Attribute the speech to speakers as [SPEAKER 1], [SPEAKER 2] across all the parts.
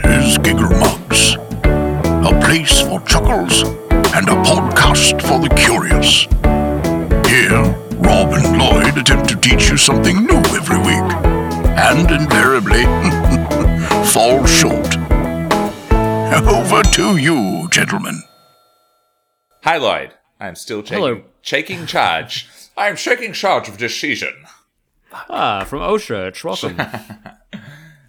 [SPEAKER 1] Tiger Mugs, a place for chuckles and a podcast for the curious. Here, Rob and Lloyd attempt to teach you something new every week, and invariably fall short. Over to you, gentlemen.
[SPEAKER 2] Hi, Lloyd. I'm still taking,
[SPEAKER 3] Hello.
[SPEAKER 2] taking charge. I'm taking charge of this season.
[SPEAKER 3] Ah, from Oshurch. Welcome.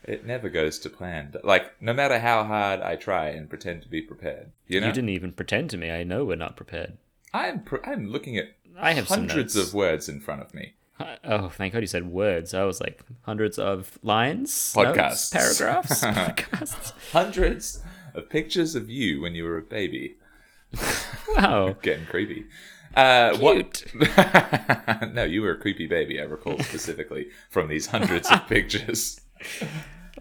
[SPEAKER 2] It never goes to plan. Like, no matter how hard I try and pretend to be prepared, you know?
[SPEAKER 3] You didn't even pretend to me. I know we're not prepared.
[SPEAKER 2] I'm, pr- I'm looking at
[SPEAKER 3] I have some
[SPEAKER 2] hundreds
[SPEAKER 3] notes.
[SPEAKER 2] of words in front of me.
[SPEAKER 3] I- Oh, thank God you said words. I was like hundreds of lines,
[SPEAKER 2] Podcasts.
[SPEAKER 3] notes, paragraphs, podcasts.
[SPEAKER 2] Hundreds of pictures of you when you were a baby.
[SPEAKER 3] Wow,
[SPEAKER 2] Getting creepy. Uh,
[SPEAKER 3] cute.
[SPEAKER 2] What? no, you were a creepy baby, I recall specifically from these hundreds of pictures.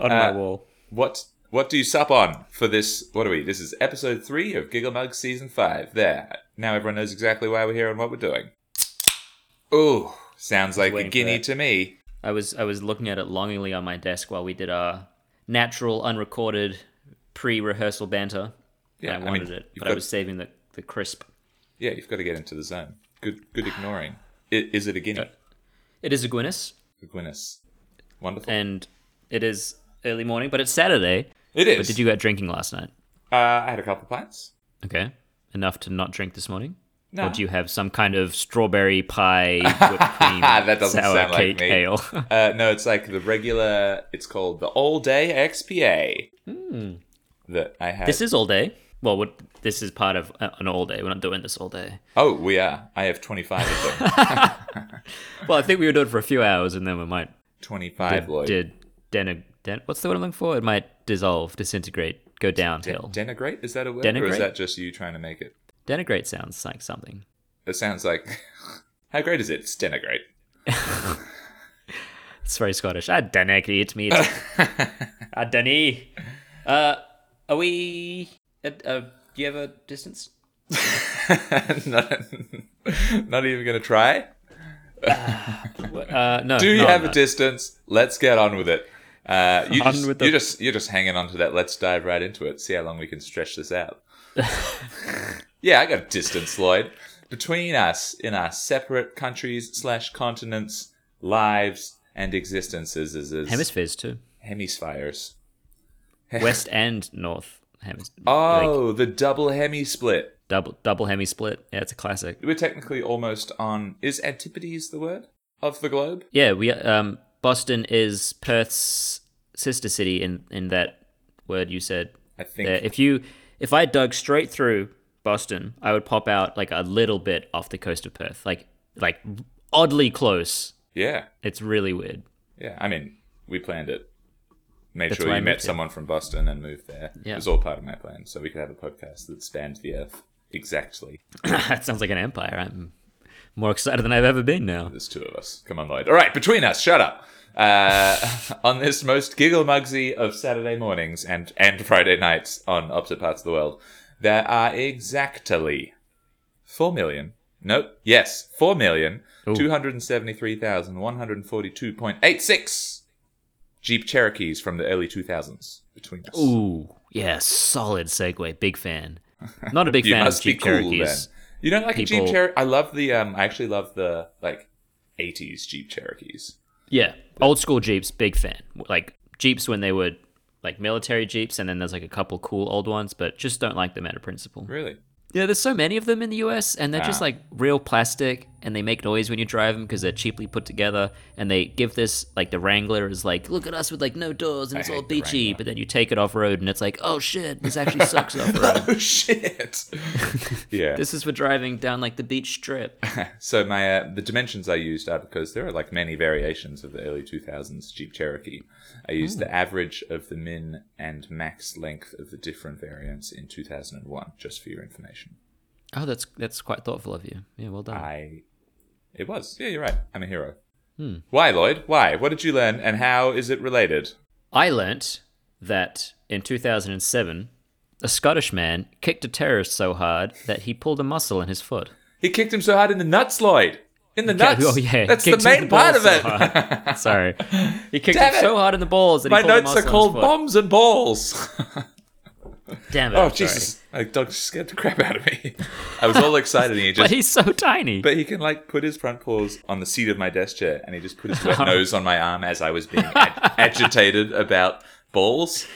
[SPEAKER 3] On my
[SPEAKER 2] Uh,
[SPEAKER 3] wall.
[SPEAKER 2] What what do you sup on for this? What are we? This is episode three of Giggle Mug season five. There, now everyone knows exactly why we're here and what we're doing. Ooh, sounds like a
[SPEAKER 3] waiting for
[SPEAKER 2] guinea
[SPEAKER 3] that.
[SPEAKER 2] to me.
[SPEAKER 3] I was I was looking at it longingly on my desk while we did our natural, unrecorded, pre-rehearsal banter.
[SPEAKER 2] Yeah,
[SPEAKER 3] I
[SPEAKER 2] I mean,
[SPEAKER 3] wanted it,
[SPEAKER 2] you've
[SPEAKER 3] but I
[SPEAKER 2] got-
[SPEAKER 3] was saving the the crisp.
[SPEAKER 2] Yeah, you've got to get into the zone. Good, good ignoring. I- Is it a
[SPEAKER 3] Uh,
[SPEAKER 2] guinea?
[SPEAKER 3] It is a Gwynnis,
[SPEAKER 2] A Gwyneth. Wonderful.
[SPEAKER 3] and it is early morning, but it's Saturday.
[SPEAKER 2] it is.
[SPEAKER 3] But did you go out drinking last night?
[SPEAKER 2] Uh, I had a couple of pints.
[SPEAKER 3] Okay. Enough to not drink this morning?
[SPEAKER 2] No.
[SPEAKER 3] Or do you have some kind of strawberry pie whipped cream
[SPEAKER 2] That doesn't
[SPEAKER 3] sour
[SPEAKER 2] sound like
[SPEAKER 3] cake
[SPEAKER 2] me.
[SPEAKER 3] ale?
[SPEAKER 2] Uh, no, it's like the regular. It's called the All Day XPA. That I had.
[SPEAKER 3] Hmm. this is all day. Well, what, this is part of a- an all day. We're not doing this all day.
[SPEAKER 2] oh, we are. I have twenty five of them.
[SPEAKER 3] Well, I think we would do it for a few hours and then we might
[SPEAKER 2] twenty five, Lloyd.
[SPEAKER 3] did den- den- what's the word I'm looking for? It might dissolve, disintegrate, go downhill.
[SPEAKER 2] Denigrate? Is that a word? Or is
[SPEAKER 3] Denigrate?
[SPEAKER 2] that just you trying to make it?
[SPEAKER 3] denigrate sounds like something.
[SPEAKER 2] It sounds like. How great is it? It's denigrate.
[SPEAKER 3] It's very Scottish. Ah, I denigrate me. I deny. Ah, Uh, are we at, uh, do you have a distance?
[SPEAKER 2] not, not even going to try?
[SPEAKER 3] Uh, no.
[SPEAKER 2] Do you
[SPEAKER 3] no,
[SPEAKER 2] have
[SPEAKER 3] no.
[SPEAKER 2] a distance? Let's get on with it. Uh, you
[SPEAKER 3] On
[SPEAKER 2] just,
[SPEAKER 3] with
[SPEAKER 2] you're,
[SPEAKER 3] the-
[SPEAKER 2] just, you're just hanging on to that. Let's dive right into it. See how long we can stretch this out. yeah, I got a distance, Lloyd. Between us, in our separate countries slash continents, lives, and existences, is, is
[SPEAKER 3] Hemispheres too.
[SPEAKER 2] hemispheres.
[SPEAKER 3] West and North hemisphere.
[SPEAKER 2] Oh, the double hemi split.
[SPEAKER 3] double double hemi split. Yeah, it's a classic.
[SPEAKER 2] We're technically almost on. Is Antipodes the word of the globe?
[SPEAKER 3] Yeah, we um Boston is Perth's sister city in in that word you said.
[SPEAKER 2] I think.
[SPEAKER 3] There. If you if I dug straight through Boston, I would pop out like a little bit off the coast of Perth, like like oddly close.
[SPEAKER 2] Yeah,
[SPEAKER 3] It's really weird.
[SPEAKER 2] yeah. I mean, we planned it. Made
[SPEAKER 3] That's
[SPEAKER 2] sure you
[SPEAKER 3] why I
[SPEAKER 2] met
[SPEAKER 3] moved here.
[SPEAKER 2] someone from Boston and moved there.
[SPEAKER 3] Yeah.
[SPEAKER 2] It was all part of my plan, so we could have a podcast that spanned the earth exactly.
[SPEAKER 3] that sounds like an empire. I'm more excited than I've ever been now.
[SPEAKER 2] There's two of us. Come on, Lloyd. All right, between us. Shut up. Uh, on this most giggle mugsy of Saturday mornings and and Friday nights on opposite parts of the world, there are exactly four million. Nope. Yes, four million two hundred and seventy-three thousand one hundred forty-two point eight six Jeep Cherokees from the early two thousands between us.
[SPEAKER 3] Ooh, yeah, solid segue. Big fan. Not a big
[SPEAKER 2] you
[SPEAKER 3] fan of
[SPEAKER 2] must be
[SPEAKER 3] Jeep
[SPEAKER 2] cool
[SPEAKER 3] Cherokees.
[SPEAKER 2] then. You don't like a Jeep
[SPEAKER 3] People-
[SPEAKER 2] Cherokee? I love the. Um, I actually love the like eighties Jeep Cherokees.
[SPEAKER 3] Yeah, old school Jeeps, big fan. Like Jeeps when they were like military Jeeps, and then there's like a couple cool old ones, but just don't like them out of principle.
[SPEAKER 2] Really.
[SPEAKER 3] Yeah, there's so many of them in the US, and they're just
[SPEAKER 2] Ah.
[SPEAKER 3] like real plastic, and they make noise when you drive them because they're cheaply put together, and they give this like the Wrangler is like, look at us with like no doors, and it's all
[SPEAKER 2] hate the
[SPEAKER 3] beachy,
[SPEAKER 2] Wrangler.
[SPEAKER 3] but then you take it off road, and it's like, oh shit, this actually sucks off road.
[SPEAKER 2] oh shit yeah
[SPEAKER 3] This is for driving down like the beach strip.
[SPEAKER 2] so my uh, the dimensions i used are because there are like many variations of the early 2000s jeep cherokee i used
[SPEAKER 3] Hmm.
[SPEAKER 2] the average of the min and max length of the different variants in 2001 just for your information
[SPEAKER 3] Oh, that's that's quite thoughtful of you. Yeah, well done.
[SPEAKER 2] i it was yeah you're right i'm a hero
[SPEAKER 3] Hmm.
[SPEAKER 2] why lloyd why what did you learn and how is it related
[SPEAKER 3] I learnt that in 2007, a Scottish man kicked a terrorist so hard that he pulled a muscle in his foot.
[SPEAKER 2] he kicked him so hard in the nuts lloyd in the nuts
[SPEAKER 3] Oh yeah,
[SPEAKER 2] that's the
[SPEAKER 3] kicked him in
[SPEAKER 2] main part
[SPEAKER 3] balls
[SPEAKER 2] of
[SPEAKER 3] so
[SPEAKER 2] it
[SPEAKER 3] hard. Sorry, he kicked
[SPEAKER 2] Damn
[SPEAKER 3] him so
[SPEAKER 2] it.
[SPEAKER 3] hard in the balls that
[SPEAKER 2] my
[SPEAKER 3] he pulled a
[SPEAKER 2] notes
[SPEAKER 3] muscle
[SPEAKER 2] are
[SPEAKER 3] in his
[SPEAKER 2] called
[SPEAKER 3] foot.
[SPEAKER 2] bombs and balls
[SPEAKER 3] Damn it.
[SPEAKER 2] Oh
[SPEAKER 3] I'm sorry.
[SPEAKER 2] Jesus! My dog just scared the crap out of me. I was all excited, and he
[SPEAKER 3] But
[SPEAKER 2] just.
[SPEAKER 3] he's so tiny.
[SPEAKER 2] But he can like put his front paws on the seat of my desk chair, and he just put his wet nose on my arm as I was being ag- agitated about balls,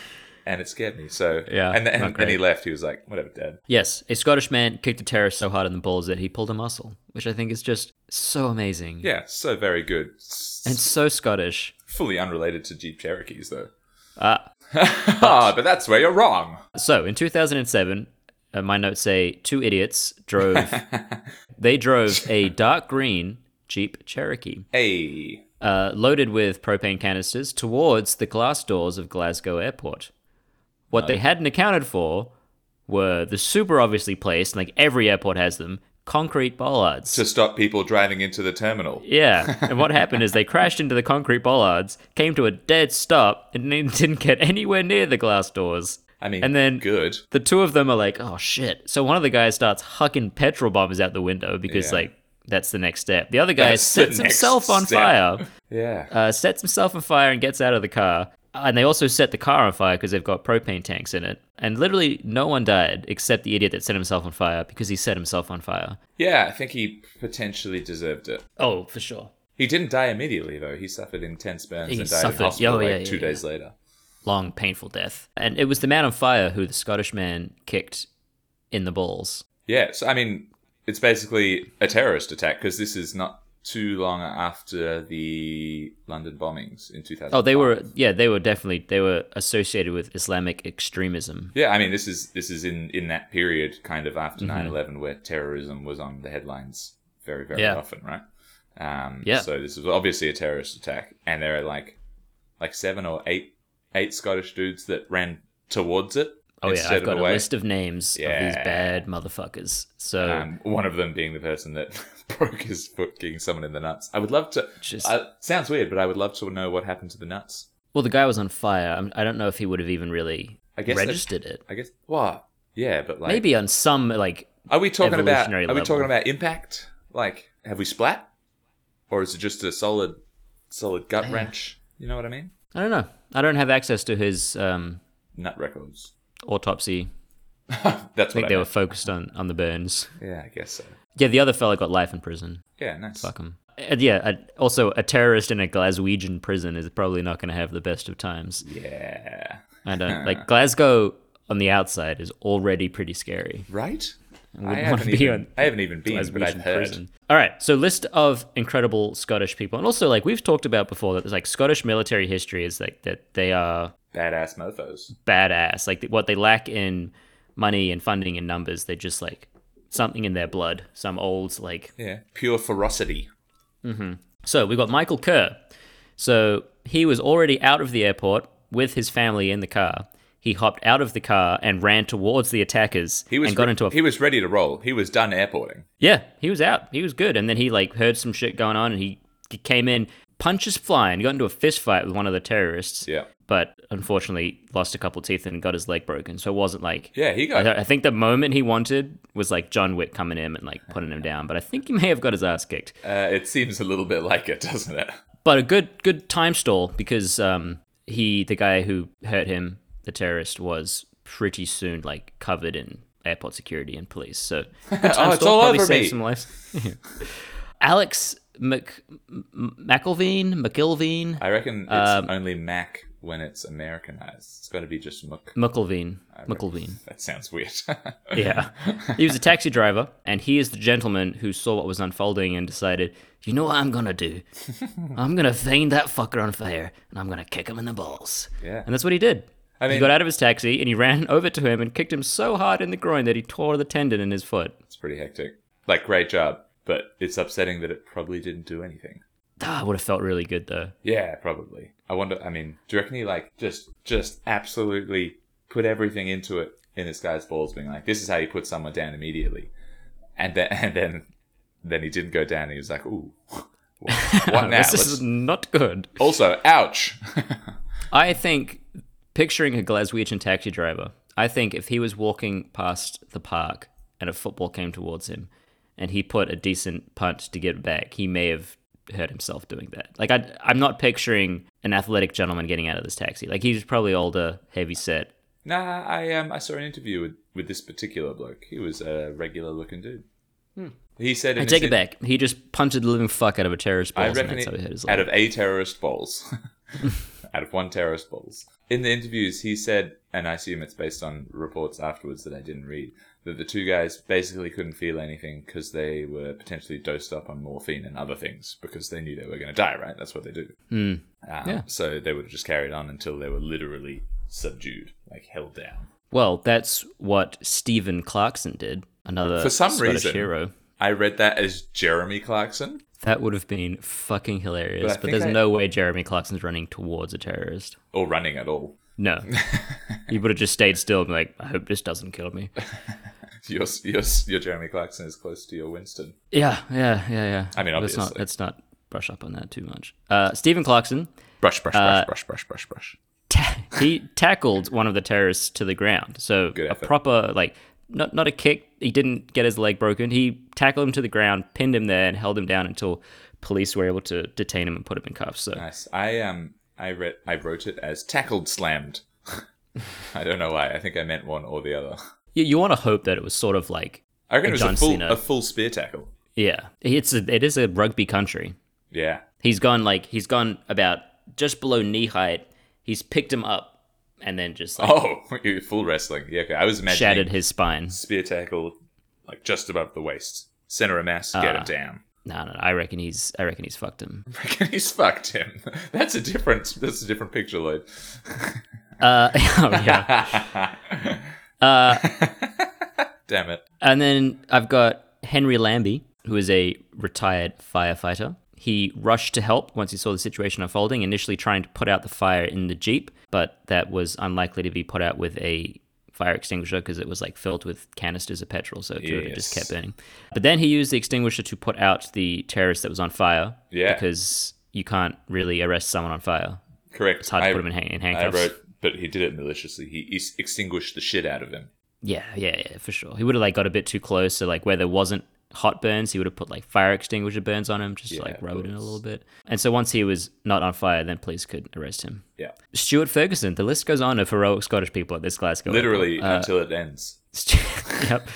[SPEAKER 2] and it scared me. So
[SPEAKER 3] Yeah,
[SPEAKER 2] and then
[SPEAKER 3] not
[SPEAKER 2] and, he
[SPEAKER 3] great.
[SPEAKER 2] left. He was like, "Whatever, Dad."
[SPEAKER 3] yes, a Scottish man kicked a terrorist so hard in the balls that he pulled a muscle, which I think is just so amazing.
[SPEAKER 2] Yeah, so very good. S-
[SPEAKER 3] And so Scottish.
[SPEAKER 2] fully unrelated to Jeep Cherokees, though.
[SPEAKER 3] Uh,
[SPEAKER 2] Ah, but that's where you're wrong.
[SPEAKER 3] So in 2007, uh, my notes say two idiots drove. they drove a dark green Jeep Cherokee
[SPEAKER 2] Hey,
[SPEAKER 3] uh, loaded with propane canisters towards the glass doors of Glasgow Airport. What they hadn't accounted for were the super obviously placed, like every airport has them, concrete bollards.
[SPEAKER 2] to stop people driving into the terminal.
[SPEAKER 3] Yeah, and what happened is they crashed into the concrete bollards, came to a dead stop, and then didn't get anywhere near the glass doors.
[SPEAKER 2] I mean,
[SPEAKER 3] And then-
[SPEAKER 2] good.
[SPEAKER 3] The two of them are like, oh shit. So one of the guys starts hucking petrol bombs out the window because,
[SPEAKER 2] Yeah.
[SPEAKER 3] like, that's the next step. The other guy
[SPEAKER 2] That's the
[SPEAKER 3] sets
[SPEAKER 2] next
[SPEAKER 3] himself on
[SPEAKER 2] step.
[SPEAKER 3] fire,
[SPEAKER 2] Yeah.
[SPEAKER 3] uh, sets himself on fire and gets out of the car. And they also set the car on fire because they've got propane tanks in it. And literally no one died except the idiot that set himself on fire because he set himself on fire.
[SPEAKER 2] Yeah, I think he potentially deserved it.
[SPEAKER 3] Oh, for sure.
[SPEAKER 2] He didn't die immediately, though. He suffered intense burns
[SPEAKER 3] He
[SPEAKER 2] and died
[SPEAKER 3] suffered-
[SPEAKER 2] in hospital
[SPEAKER 3] oh, yeah,
[SPEAKER 2] like
[SPEAKER 3] yeah,
[SPEAKER 2] two
[SPEAKER 3] yeah.
[SPEAKER 2] days later.
[SPEAKER 3] Long, painful death. And it was the man on fire who the Scottish man kicked in the balls.
[SPEAKER 2] Yeah, so I mean, it's basically a terrorist attack because this is not too long after the London bombings in 2000.
[SPEAKER 3] Oh, they were, yeah, they were definitely, they were associated with Islamic extremism.
[SPEAKER 2] Yeah, I mean, this is this is in in that period kind of after
[SPEAKER 3] Mm-hmm.
[SPEAKER 2] 9/11 where terrorism was on the headlines very very
[SPEAKER 3] Yeah.
[SPEAKER 2] often, right? Um,
[SPEAKER 3] Yeah.
[SPEAKER 2] So this is obviously a terrorist attack, and there are like like seven or eight eight Scottish dudes that ran towards it.
[SPEAKER 3] Oh yeah,
[SPEAKER 2] instead
[SPEAKER 3] I've
[SPEAKER 2] of
[SPEAKER 3] got a
[SPEAKER 2] away.
[SPEAKER 3] list of names of
[SPEAKER 2] Yeah.
[SPEAKER 3] these bad motherfuckers. So
[SPEAKER 2] Um, one of them being the person that broke his foot kicking someone in the nuts. I would love to.
[SPEAKER 3] Just-
[SPEAKER 2] uh, sounds weird, but I would love to know what happened to the nuts.
[SPEAKER 3] well, the guy was on fire. I'm- I don't know if he would have even really
[SPEAKER 2] I guess that-
[SPEAKER 3] registered it.
[SPEAKER 2] I guess what? Yeah, but like,
[SPEAKER 3] Maybe on some like
[SPEAKER 2] are we talking about?
[SPEAKER 3] evolutionary
[SPEAKER 2] Are we
[SPEAKER 3] level.
[SPEAKER 2] talking about impact? Like, have we splat, or is it just a solid, solid gut wrench? You know what I mean?
[SPEAKER 3] I don't know. I don't have access to his um,
[SPEAKER 2] Nut records.
[SPEAKER 3] autopsy.
[SPEAKER 2] That's
[SPEAKER 3] I
[SPEAKER 2] what
[SPEAKER 3] think
[SPEAKER 2] I,
[SPEAKER 3] they were
[SPEAKER 2] meant.
[SPEAKER 3] focused on on the burns.
[SPEAKER 2] Yeah, I guess so.
[SPEAKER 3] Yeah, the other fella got life in prison.
[SPEAKER 2] Yeah, nice.
[SPEAKER 3] Fuck him. And yeah, a, also a terrorist in a Glaswegian prison is probably not going to have the best of times.
[SPEAKER 2] Yeah.
[SPEAKER 3] I don't like Glasgow on the outside is already pretty scary.
[SPEAKER 2] Right. I
[SPEAKER 3] Wouldn't
[SPEAKER 2] haven't,
[SPEAKER 3] wanna be
[SPEAKER 2] even,
[SPEAKER 3] on-
[SPEAKER 2] I haven't even been, but I've
[SPEAKER 3] Glaswegian
[SPEAKER 2] heard.
[SPEAKER 3] prison. All right, so list of incredible Scottish people, and also like we've talked about before that there's like Scottish military history is like that they are
[SPEAKER 2] Badass mofos.
[SPEAKER 3] badass. Like what they lack in money and funding and numbers, they're just like something in their blood, some old like.
[SPEAKER 2] Yeah. Pure ferocity.
[SPEAKER 3] So we've got Michael Kerr. So he was already out of the airport with his family in the car. He hopped out of the car and ran towards the attackers
[SPEAKER 2] He was
[SPEAKER 3] and got
[SPEAKER 2] re-
[SPEAKER 3] into a
[SPEAKER 2] he was ready to roll. He was done airporting.
[SPEAKER 3] Yeah, he was out. He was good. And then he like heard some shit going on and he, he came in, punches flying, got into a fist fight with one of the terrorists.
[SPEAKER 2] Yeah.
[SPEAKER 3] But unfortunately lost a couple teeth and got his leg broken. So it wasn't like
[SPEAKER 2] Yeah, he got
[SPEAKER 3] I, th- I think the moment he wanted was like John Wick coming in and like putting him down. But I think he may have got his ass kicked.
[SPEAKER 2] uh, it seems a little bit like it, doesn't it?
[SPEAKER 3] But a good good time stall because um he the guy who hurt him, the terrorist, was pretty soon like covered in airport security and police. So good time
[SPEAKER 2] Oh, it's
[SPEAKER 3] stall,
[SPEAKER 2] all
[SPEAKER 3] probably
[SPEAKER 2] over
[SPEAKER 3] saved
[SPEAKER 2] me.
[SPEAKER 3] some lives. Alex Mc M- McElveen McIlveen
[SPEAKER 2] I reckon it's
[SPEAKER 3] Um,
[SPEAKER 2] only Mac when it's Americanized. It's got to be just Muck.
[SPEAKER 3] McIlveen McIlveen.
[SPEAKER 2] That sounds weird.
[SPEAKER 3] Yeah, he was a taxi driver, and he is the gentleman who saw what was unfolding and decided, you know what I'm gonna do? I'm gonna feign that fucker on fire, and I'm gonna kick him in the balls.
[SPEAKER 2] Yeah.
[SPEAKER 3] and that's what he did.
[SPEAKER 2] I
[SPEAKER 3] he
[SPEAKER 2] mean-
[SPEAKER 3] got out of his taxi and he ran over to him and kicked him so hard in the groin that he tore the tendon in his foot.
[SPEAKER 2] it's pretty hectic. Like, great job, but it's upsetting that it probably didn't do anything.
[SPEAKER 3] Ah, would have felt really good though.
[SPEAKER 2] Yeah, probably. I wonder. I mean, do you reckon he like just just absolutely put everything into it in this guy's balls, being like, "This is how you put someone down immediately," and then and then then he didn't go down. He was like, "Ooh, what, what now?"
[SPEAKER 3] this is
[SPEAKER 2] Let's-
[SPEAKER 3] not good.
[SPEAKER 2] Also, ouch.
[SPEAKER 3] I think picturing a Glaswegian taxi driver, I think if he was walking past the park and a football came towards him and he put a decent punt to get back, he may have hurt himself doing that. Like I I'm not picturing an athletic gentleman getting out of this taxi. Like he's probably older, heavy set,
[SPEAKER 2] Nah, I um, I saw an interview with, with this particular bloke. He was a regular looking dude. He said, in
[SPEAKER 3] Hmm. I
[SPEAKER 2] his
[SPEAKER 3] take it
[SPEAKER 2] in-
[SPEAKER 3] back. He just punted the living fuck out of a terrorist
[SPEAKER 2] I
[SPEAKER 3] balls, and
[SPEAKER 2] reckon
[SPEAKER 3] that's
[SPEAKER 2] it,
[SPEAKER 3] how he hit his
[SPEAKER 2] out of
[SPEAKER 3] leg.
[SPEAKER 2] a terrorist balls, out of one terrorist balls. In the interviews, he said, and I assume it's based on reports afterwards that I didn't read, that the two guys basically couldn't feel anything because they were potentially dosed up on morphine and other things because they knew they were going to die. Right? That's what they do. Um,
[SPEAKER 3] Hmm. Yeah.
[SPEAKER 2] So they would have just carried on until they were literally subdued, like held down.
[SPEAKER 3] Well, that's what Stephen Clarkson did. Another
[SPEAKER 2] For some
[SPEAKER 3] Scottish
[SPEAKER 2] reason.
[SPEAKER 3] hero.
[SPEAKER 2] I read that as Jeremy Clarkson.
[SPEAKER 3] That would have been fucking
[SPEAKER 2] But I
[SPEAKER 3] hilarious. But,
[SPEAKER 2] think
[SPEAKER 3] there's
[SPEAKER 2] I-
[SPEAKER 3] no way Jeremy Clarkson's running towards a terrorist.
[SPEAKER 2] or running at all.
[SPEAKER 3] No, he would have just stayed still and be like, "I hope this doesn't kill me."
[SPEAKER 2] Your, your, your Jeremy Clarkson is close to your Winston.
[SPEAKER 3] Yeah, yeah, yeah, yeah.
[SPEAKER 2] I mean,
[SPEAKER 3] let's not
[SPEAKER 2] obviously.
[SPEAKER 3] let's not brush up on that too much. Uh, Stephen Clarkson,
[SPEAKER 2] Brush, brush,
[SPEAKER 3] Uh,
[SPEAKER 2] brush, brush, brush, brush, brush.
[SPEAKER 3] ta- he tackled one of the terrorists to the ground. So
[SPEAKER 2] Good
[SPEAKER 3] a
[SPEAKER 2] effort.
[SPEAKER 3] proper like not not a kick. He didn't get his leg broken. He tackled him to the ground, pinned him there, and held him down until police were able to detain him and put him in cuffs. So
[SPEAKER 2] Nice. I um, I read, I wrote it as tackled slammed. I don't know why. I think I meant one or the other.
[SPEAKER 3] you, you want to hope that it was sort of like
[SPEAKER 2] I reckon
[SPEAKER 3] A
[SPEAKER 2] it was a
[SPEAKER 3] John
[SPEAKER 2] full,
[SPEAKER 3] Cena.
[SPEAKER 2] a full spear tackle.
[SPEAKER 3] yeah, it's a, it is a rugby country.
[SPEAKER 2] Yeah.
[SPEAKER 3] He's gone like he's gone about just below knee height. He's picked him up and then just like
[SPEAKER 2] Oh, you- full wrestling. Yeah. Okay. I was imagining
[SPEAKER 3] shattered his spine.
[SPEAKER 2] spear tackle, like just above the waist, center of mass,
[SPEAKER 3] Ah.
[SPEAKER 2] get him down.
[SPEAKER 3] No, no, no, I reckon he's I reckon he's fucked him.
[SPEAKER 2] I reckon he's fucked him. That's a different. That's a different picture, Lloyd.
[SPEAKER 3] Uh, oh, yeah. Uh,
[SPEAKER 2] Damn it.
[SPEAKER 3] And then I've got Henry Lambie, who is a retired firefighter. He rushed to help once he saw the situation unfolding, initially trying to put out the fire in the Jeep, but that was unlikely to be put out with a fire extinguisher because it was like filled with canisters of petrol, so it would have just
[SPEAKER 2] Yes.
[SPEAKER 3] kept burning. But then he used the extinguisher to put out the terrorist that was on fire
[SPEAKER 2] Yeah.
[SPEAKER 3] because you can't really arrest someone on fire.
[SPEAKER 2] Correct.
[SPEAKER 3] It's hard to put him in, hang- in
[SPEAKER 2] I
[SPEAKER 3] handcuffs.
[SPEAKER 2] wrote, but he did it maliciously. He ex- extinguished the shit out of him.
[SPEAKER 3] Yeah, yeah, yeah, for sure. He would have like got a bit too close, so like where there wasn't hot burns, he would have put like fire extinguisher burns on him, just to,
[SPEAKER 2] Yeah,
[SPEAKER 3] like
[SPEAKER 2] of
[SPEAKER 3] rub it in a
[SPEAKER 2] course.
[SPEAKER 3] little bit. And so once he was not on fire, then police could arrest him.
[SPEAKER 2] Yeah.
[SPEAKER 3] Stuart Ferguson. The list goes on of heroic Scottish people at this Glasgow. airport.
[SPEAKER 2] Literally until it ends.
[SPEAKER 3] Stu- yep.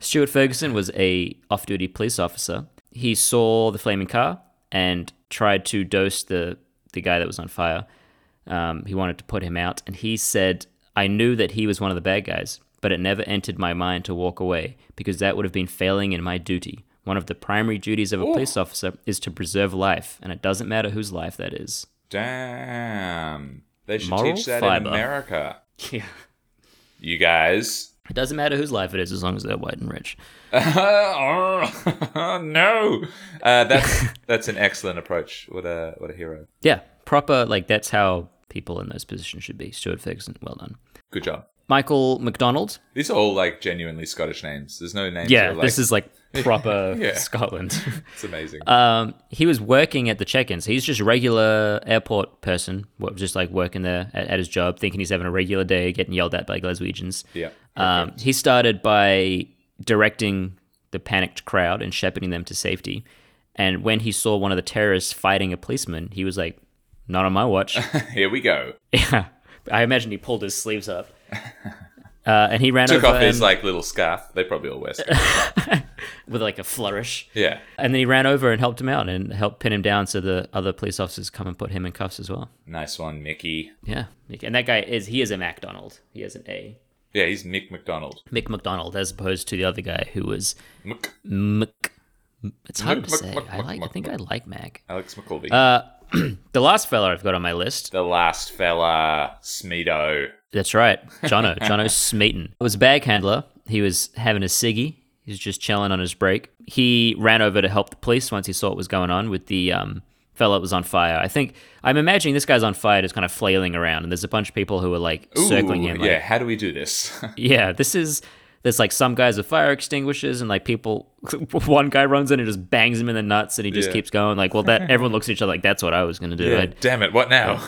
[SPEAKER 3] Stuart Ferguson was a off-duty police officer. He saw the flaming car and tried to dose the the guy that was on fire. Um, he wanted to put him out, and he said, "I knew that he was one of the bad guys, but it never entered my mind to walk away because that would have been failing in my duty. One of the primary duties of a police officer is to preserve life, and it doesn't matter whose life that is."
[SPEAKER 2] Damn. They should
[SPEAKER 3] Moral
[SPEAKER 2] teach that in
[SPEAKER 3] fiber.
[SPEAKER 2] America.
[SPEAKER 3] Yeah.
[SPEAKER 2] You guys.
[SPEAKER 3] It doesn't matter whose life it is as long as they're white and rich.
[SPEAKER 2] Oh, no. Uh, that's that's an excellent approach. What a what a hero.
[SPEAKER 3] Yeah, proper like that's how people in those positions should be. Stuart Ferguson, well done.
[SPEAKER 2] Good job.
[SPEAKER 3] Michael McDonald.
[SPEAKER 2] These are all like genuinely Scottish names. There's no names. that
[SPEAKER 3] Yeah,
[SPEAKER 2] are, like,
[SPEAKER 3] this is like proper
[SPEAKER 2] Yeah.
[SPEAKER 3] Scotland.
[SPEAKER 2] it's amazing.
[SPEAKER 3] Um, he was working at the check-ins. He's just a regular airport person, wo- just like working there at, at his job, thinking he's having a regular day, getting yelled at by Glaswegians.
[SPEAKER 2] yeah.
[SPEAKER 3] Um, he started by directing the panicked crowd and shepherding them to safety. And when he saw one of the terrorists fighting a policeman, he was like, "Not on my watch."
[SPEAKER 2] Here we go.
[SPEAKER 3] Yeah, I imagine he pulled his sleeves up, uh, and he ran
[SPEAKER 2] Took
[SPEAKER 3] over
[SPEAKER 2] off his
[SPEAKER 3] him
[SPEAKER 2] like little scarf. They probably all wear scarves.
[SPEAKER 3] with like a flourish,
[SPEAKER 2] yeah.
[SPEAKER 3] and then he ran over and helped him out and helped pin him down, so the other police officers come and put him in cuffs as well.
[SPEAKER 2] Nice one, Mickey.
[SPEAKER 3] Yeah, and that guy is he is a MacDonald. He is an A.
[SPEAKER 2] Yeah, he's Mick McDonald.
[SPEAKER 3] Mick McDonald, as opposed to the other guy who was
[SPEAKER 2] Mc-
[SPEAKER 3] Mc. It's hard
[SPEAKER 2] Mc-
[SPEAKER 3] to
[SPEAKER 2] Mc-
[SPEAKER 3] say.
[SPEAKER 2] Mc-
[SPEAKER 3] I
[SPEAKER 2] Mc-
[SPEAKER 3] like. I
[SPEAKER 2] Mc-
[SPEAKER 3] think I
[SPEAKER 2] Mc.
[SPEAKER 3] like Mac.
[SPEAKER 2] Alex McCulvey.
[SPEAKER 3] Uh, The last fella I've got on my list.
[SPEAKER 2] the last fella, Smedo.
[SPEAKER 3] That's right, Jono. Jono Smeaton was a bag handler. He was having a ciggy. He was just chilling on his break. He ran over to help the police once he saw what was going on with the um, fella that was on fire. I think I'm imagining this guy's on fire, just kind of flailing around, and there's a bunch of people who are like
[SPEAKER 2] Ooh,
[SPEAKER 3] circling him. Like,
[SPEAKER 2] yeah, how do we do this?
[SPEAKER 3] yeah, this is. There's like some guys with fire extinguishers, and like people, one guy runs in and just bangs him in the nuts, and he just
[SPEAKER 2] Yeah.
[SPEAKER 3] keeps going. Like, well, that everyone looks at each other like that's what I was gonna do. I'd-
[SPEAKER 2] Damn it, what now?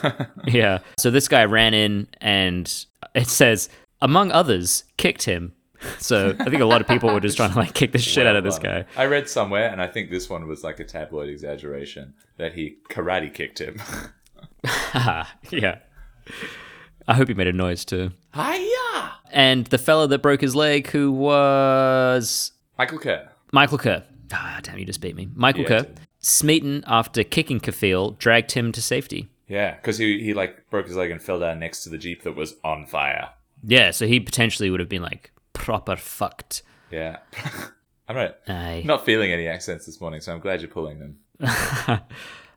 [SPEAKER 3] yeah. So this guy ran in and it says, among others, kicked him. So I think a lot of people were just trying to like kick the shit out of this guy.
[SPEAKER 2] I read somewhere, and I think this one was like a tabloid exaggeration, that he karate kicked him.
[SPEAKER 3] yeah. I hope he made a noise too.
[SPEAKER 2] Hiya!
[SPEAKER 3] and the fella that broke his leg, who was
[SPEAKER 2] Michael Kerr.
[SPEAKER 3] Michael Kerr. Ah, damn, you just beat me. Michael
[SPEAKER 2] Yeah, I
[SPEAKER 3] Kerr.
[SPEAKER 2] did.
[SPEAKER 3] Smeaton, after kicking Cafiel, dragged him to safety.
[SPEAKER 2] Yeah, because he, he like broke his leg and fell down next to the jeep that was on fire.
[SPEAKER 3] Yeah, so he potentially would have been like proper fucked.
[SPEAKER 2] Yeah, I'm not
[SPEAKER 3] Aye.
[SPEAKER 2] not feeling any accents this morning, so I'm glad you're pulling them.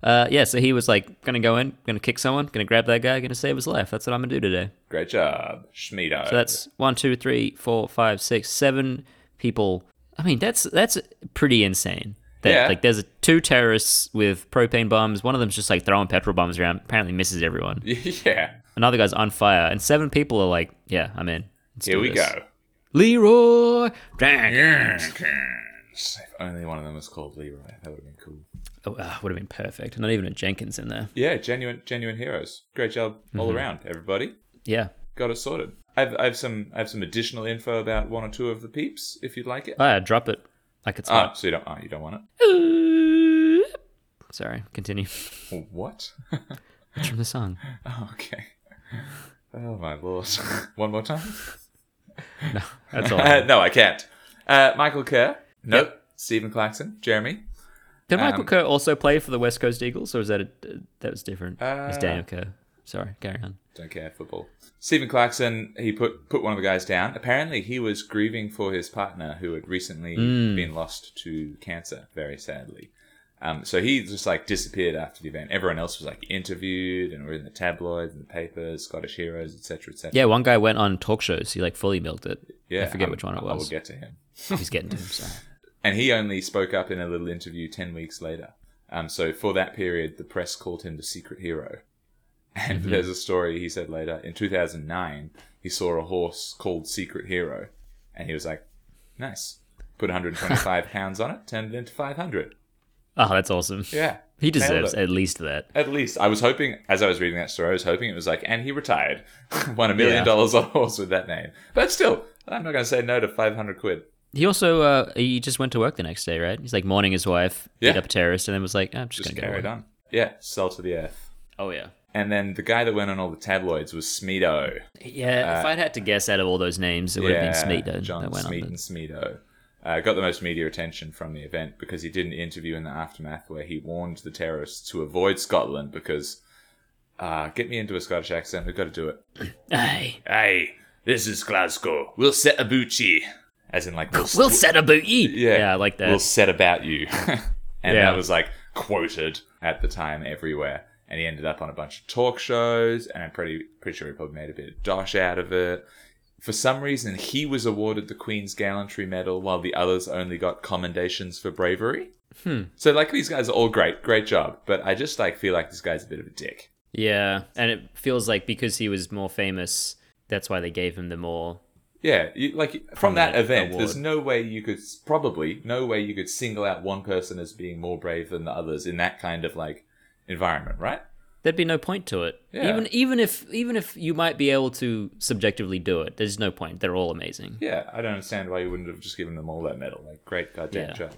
[SPEAKER 3] Uh, yeah, so he was like, gonna go in, gonna kick someone, gonna grab that guy, gonna save his life. That's what I'm gonna do today.
[SPEAKER 2] Great job, Schmido.
[SPEAKER 3] So that's one, two, three, four, five, six, seven people. I mean, that's that's pretty insane. That,
[SPEAKER 2] Yeah.
[SPEAKER 3] Like, there's two terrorists with propane bombs. One of them's just like throwing petrol bombs around. Apparently, misses everyone.
[SPEAKER 2] yeah.
[SPEAKER 3] Another guy's on fire, and seven people are like, "Yeah, I'm in." Let's
[SPEAKER 2] Here
[SPEAKER 3] do
[SPEAKER 2] we
[SPEAKER 3] this."
[SPEAKER 2] go.
[SPEAKER 3] Leroy Jenkins.
[SPEAKER 2] If only one of them was called Leroy, that would have been cool.
[SPEAKER 3] Oh, ah, would have been perfect. Not even a Jenkins in there.
[SPEAKER 2] Yeah, genuine genuine heroes. Great job all around, everybody.
[SPEAKER 3] Yeah.
[SPEAKER 2] Got it sorted. I've I've some I've some additional info about one or two of the peeps, if you'd like it.
[SPEAKER 3] Ah, drop it like it's
[SPEAKER 2] Ah,
[SPEAKER 3] hot.
[SPEAKER 2] so you don't ah, you don't want
[SPEAKER 3] Sorry, continue.
[SPEAKER 2] it. What?
[SPEAKER 3] It's from the song.
[SPEAKER 2] oh, okay. Oh my lord. one more time?
[SPEAKER 3] That's all.
[SPEAKER 2] Uh, no, I can't. Uh, Michael Kerr. Nope. Stephen Clarkson. Jeremy.
[SPEAKER 3] Did Michael
[SPEAKER 2] Um,
[SPEAKER 3] Kerr also play for the West Coast Eagles, or was that a, that was different? it was
[SPEAKER 2] Uh,
[SPEAKER 3] Daniel Kerr. Sorry, carry on.
[SPEAKER 2] Don't care football. Stephen Clarkson, he put put one of the guys down. Apparently, he was grieving for his partner who had recently
[SPEAKER 3] Mm.
[SPEAKER 2] been lost to cancer, very sadly. Um, so he just like disappeared after the event. Everyone else was like interviewed and were in the tabloids and the papers, Scottish Heroes, etc., etc.
[SPEAKER 3] Yeah, one guy went on talk shows. He like fully milked it. I forget
[SPEAKER 2] um,
[SPEAKER 3] which one it
[SPEAKER 2] I will
[SPEAKER 3] was.
[SPEAKER 2] get to him.
[SPEAKER 3] He's getting to him. Sorry.
[SPEAKER 2] And he only spoke up in a little interview 10 weeks later. Um, so for that period, the press called him the secret hero. And
[SPEAKER 3] Mm-hmm.
[SPEAKER 2] there's a story he said later in 2009, he saw a horse called Secret Hero. And he was like, nice. Put 125 pounds on it, turned it into 500.
[SPEAKER 3] Oh, that's awesome.
[SPEAKER 2] Yeah.
[SPEAKER 3] He
[SPEAKER 2] nailed
[SPEAKER 3] deserves
[SPEAKER 2] it.
[SPEAKER 3] at least that.
[SPEAKER 2] At least I was hoping, as I was reading that story, I was hoping it was like, and he retired, won a million
[SPEAKER 3] Yeah.
[SPEAKER 2] dollars on a horse with that name. But still, I'm not going to say no to 500 quid.
[SPEAKER 3] He also uh, he just went to work the next day, right? He's like mourning his wife, beat
[SPEAKER 2] Yeah.
[SPEAKER 3] up a terrorist, and then was like, "I'm just,
[SPEAKER 2] Just
[SPEAKER 3] gonna go
[SPEAKER 2] carried
[SPEAKER 3] away."
[SPEAKER 2] on. Yeah, sell to the earth.
[SPEAKER 3] Oh yeah,
[SPEAKER 2] And then the guy that went on all the tabloids was Smedo.
[SPEAKER 3] yeah. if I'd had to guess out of all those names, it would
[SPEAKER 2] Uh, Yeah,
[SPEAKER 3] have been Smeaton
[SPEAKER 2] John
[SPEAKER 3] that went on.
[SPEAKER 2] Smeaton
[SPEAKER 3] the-
[SPEAKER 2] Smedo. Uh, got the most media attention from the event because he did an interview in the aftermath where he warned the terrorists to avoid Scotland because, uh, get me into a Scottish accent, we've got to do it.
[SPEAKER 3] Aye.
[SPEAKER 2] Hey, this is Glasgow. We'll set a booty. As in, like, we'll,
[SPEAKER 3] We'll set a booty.
[SPEAKER 2] yeah,
[SPEAKER 3] I like that.
[SPEAKER 2] We'll set about you. and
[SPEAKER 3] Yeah.
[SPEAKER 2] that was like quoted at the time everywhere. And he ended up on a bunch of talk shows, and I'm pretty pretty sure he probably made a bit of dosh out of it. For some reason, he was awarded the Queen's Gallantry Medal, while the others only got commendations for bravery. Hmm. So, like, these guys are all great, great job. But I just like feel like this guy's a bit of a dick.
[SPEAKER 3] Yeah, and it feels like because he was more famous, that's why they gave him the more.
[SPEAKER 2] Yeah, you, like from that
[SPEAKER 3] Prominent
[SPEAKER 2] event,
[SPEAKER 3] award.
[SPEAKER 2] there's no way you could probably no way you could single out one person as being more brave than the others in that kind of like environment, right?
[SPEAKER 3] There'd be no point to it.
[SPEAKER 2] Yeah.
[SPEAKER 3] Even even if even if you might be able to subjectively do it, there's no point. They're all amazing.
[SPEAKER 2] Yeah, I don't understand why you wouldn't have just given them all that medal. Like, great goddamn
[SPEAKER 3] Yeah.
[SPEAKER 2] job.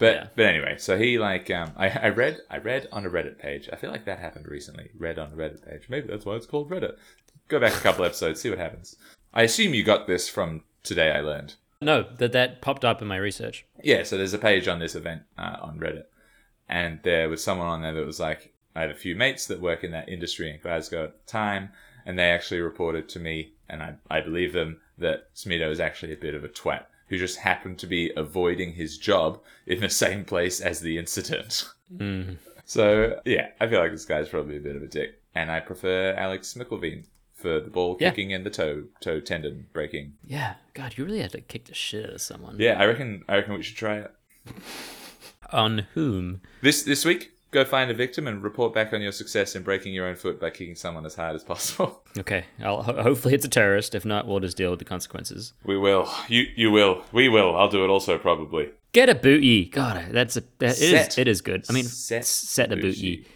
[SPEAKER 2] But
[SPEAKER 3] Yeah.
[SPEAKER 2] but anyway, so he like um, I, I read I read on a Reddit page. I feel like that happened recently. Read on a Reddit page. Maybe that's why it's called Reddit. Go back a couple episodes, see what happens. I assume you got this from today. I learned.
[SPEAKER 3] No, that that popped up in my research.
[SPEAKER 2] Yeah, so there's a page on this event uh, on Reddit, and there was someone on there that was like, I had a few mates that work in that industry in Glasgow at the time, and they actually reported to me, and I, I believe them, that Smedo is actually a bit of a twat who just happened to be avoiding his job in the same place as the incident. So, yeah, I feel like this guy's probably a bit of a dick, and I prefer Alex Mickelveen for the ball
[SPEAKER 3] Yeah.
[SPEAKER 2] kicking and the toe toe tendon breaking.
[SPEAKER 3] Yeah, God, you really had to kick the shit out of someone.
[SPEAKER 2] Yeah, I reckon I reckon we should try it.
[SPEAKER 3] On whom?
[SPEAKER 2] This this week, go find a victim and report back on your success in breaking your own foot by kicking someone as hard as possible.
[SPEAKER 3] Okay, I'll, ho- hopefully it's a terrorist. If not, we'll just deal with the consequences.
[SPEAKER 2] We will. You you will. We will. I'll do it also probably.
[SPEAKER 3] Get a booty. God, that's a that is
[SPEAKER 2] Set.
[SPEAKER 3] it is good. I mean,
[SPEAKER 2] Set
[SPEAKER 3] set, set a booty.
[SPEAKER 2] booty.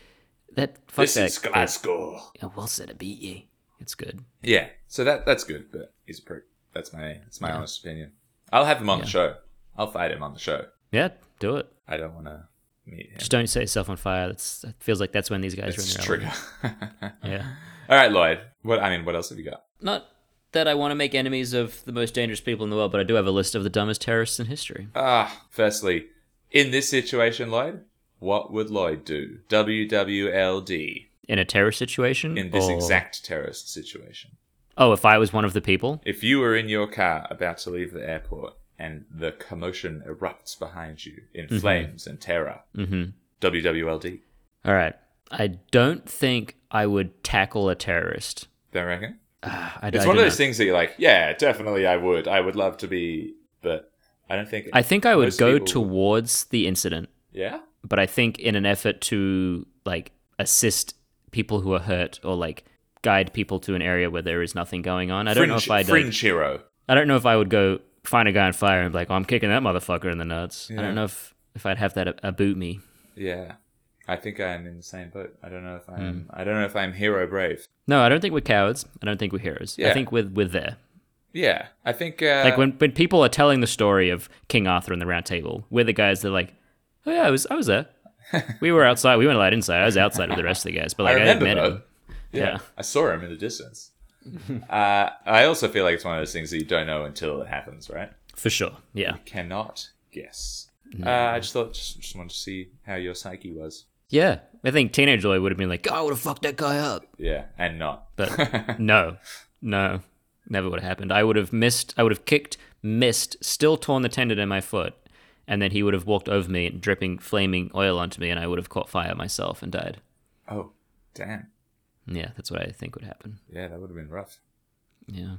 [SPEAKER 3] That fuck
[SPEAKER 2] this
[SPEAKER 3] that.
[SPEAKER 2] is Glasgow.
[SPEAKER 3] Yeah, we'll set a booty. It's good.
[SPEAKER 2] Yeah. So that that's good, but he's a prick. That's my that's my honest opinion. I'll have him on the show. I'll fight him on the show.
[SPEAKER 3] Yeah, do it.
[SPEAKER 2] I don't want to meet him.
[SPEAKER 3] Just don't set yourself on fire. That's that feels like that's when these guys
[SPEAKER 2] It's
[SPEAKER 3] are
[SPEAKER 2] a
[SPEAKER 3] in their
[SPEAKER 2] trigger.
[SPEAKER 3] element. Yeah.
[SPEAKER 2] All right, Lloyd. What I mean, what else have you got?
[SPEAKER 3] Not that I want to make enemies of the most dangerous people in the world, but I do have a list of the dumbest terrorists in history.
[SPEAKER 2] Ah, firstly, in this situation, Lloyd, what would Lloyd do? WWLD
[SPEAKER 3] In a terror situation?
[SPEAKER 2] in this
[SPEAKER 3] or-
[SPEAKER 2] exact terrorist situation.
[SPEAKER 3] Oh, if I was one of the people?
[SPEAKER 2] If you were in your car about to leave the airport and the commotion erupts behind you in flames and terror,
[SPEAKER 3] Mm-hmm.
[SPEAKER 2] WWLD,
[SPEAKER 3] All right. I don't think I would tackle a terrorist.
[SPEAKER 2] don't reckon?
[SPEAKER 3] Ah, I,
[SPEAKER 2] It's
[SPEAKER 3] I
[SPEAKER 2] one of
[SPEAKER 3] don't
[SPEAKER 2] those
[SPEAKER 3] know.
[SPEAKER 2] things that you're like, yeah, definitely I would. I would love to be, but I don't think.
[SPEAKER 3] I think I would
[SPEAKER 2] most
[SPEAKER 3] go
[SPEAKER 2] people-
[SPEAKER 3] towards the incident,
[SPEAKER 2] Yeah?
[SPEAKER 3] but I think in an effort to like assist people who are hurt or like guide people to an area where there is nothing going on. I don't know
[SPEAKER 2] Fringe-
[SPEAKER 3] if I'd like,
[SPEAKER 2] Fringe hero.
[SPEAKER 3] I don't know if I would go find a guy on fire and be like, "Oh, I'm kicking that motherfucker in the nuts." I
[SPEAKER 2] Yeah.
[SPEAKER 3] don't know if if I'd have that a- aboot me.
[SPEAKER 2] Yeah. I think I am in the same boat. I don't know if I
[SPEAKER 3] Hmm.
[SPEAKER 2] am. I don't know if I'm hero brave.
[SPEAKER 3] No, I don't think we're cowards. I don't think we're heroes.
[SPEAKER 2] Yeah.
[SPEAKER 3] I think we're we're there.
[SPEAKER 2] Yeah, I think. Uh,
[SPEAKER 3] Like when, when people are telling the story of King Arthur and the Round Table, we're the guys that are like, oh yeah, I was I was there. We were outside. We weren't allowed inside. I was outside with the rest of the guys, but
[SPEAKER 2] I
[SPEAKER 3] like I,
[SPEAKER 2] remember
[SPEAKER 3] met
[SPEAKER 2] though.
[SPEAKER 3] him.
[SPEAKER 2] Yeah.
[SPEAKER 3] Yeah.
[SPEAKER 2] I saw him in the distance. uh, I also feel like it's one of those things that you don't know until it happens, right?
[SPEAKER 3] for sure. Yeah,
[SPEAKER 2] Cannot guess.
[SPEAKER 3] Mm.
[SPEAKER 2] Uh, I just thought, just, just wanted to see how your psyche was.
[SPEAKER 3] yeah. I think teenage Lloyd would have been like, "God, I would have fucked that guy up,
[SPEAKER 2] Yeah, and not.
[SPEAKER 3] but no, no, never would have happened. I would have missed. I would have kicked, missed, still torn the tendon in my foot, and then he would have walked over me, dripping flaming oil onto me, and I would have caught fire myself and died.
[SPEAKER 2] Oh, damn.
[SPEAKER 3] Yeah, that's what I think would happen.
[SPEAKER 2] Yeah, that would have been rough.
[SPEAKER 3] Yeah.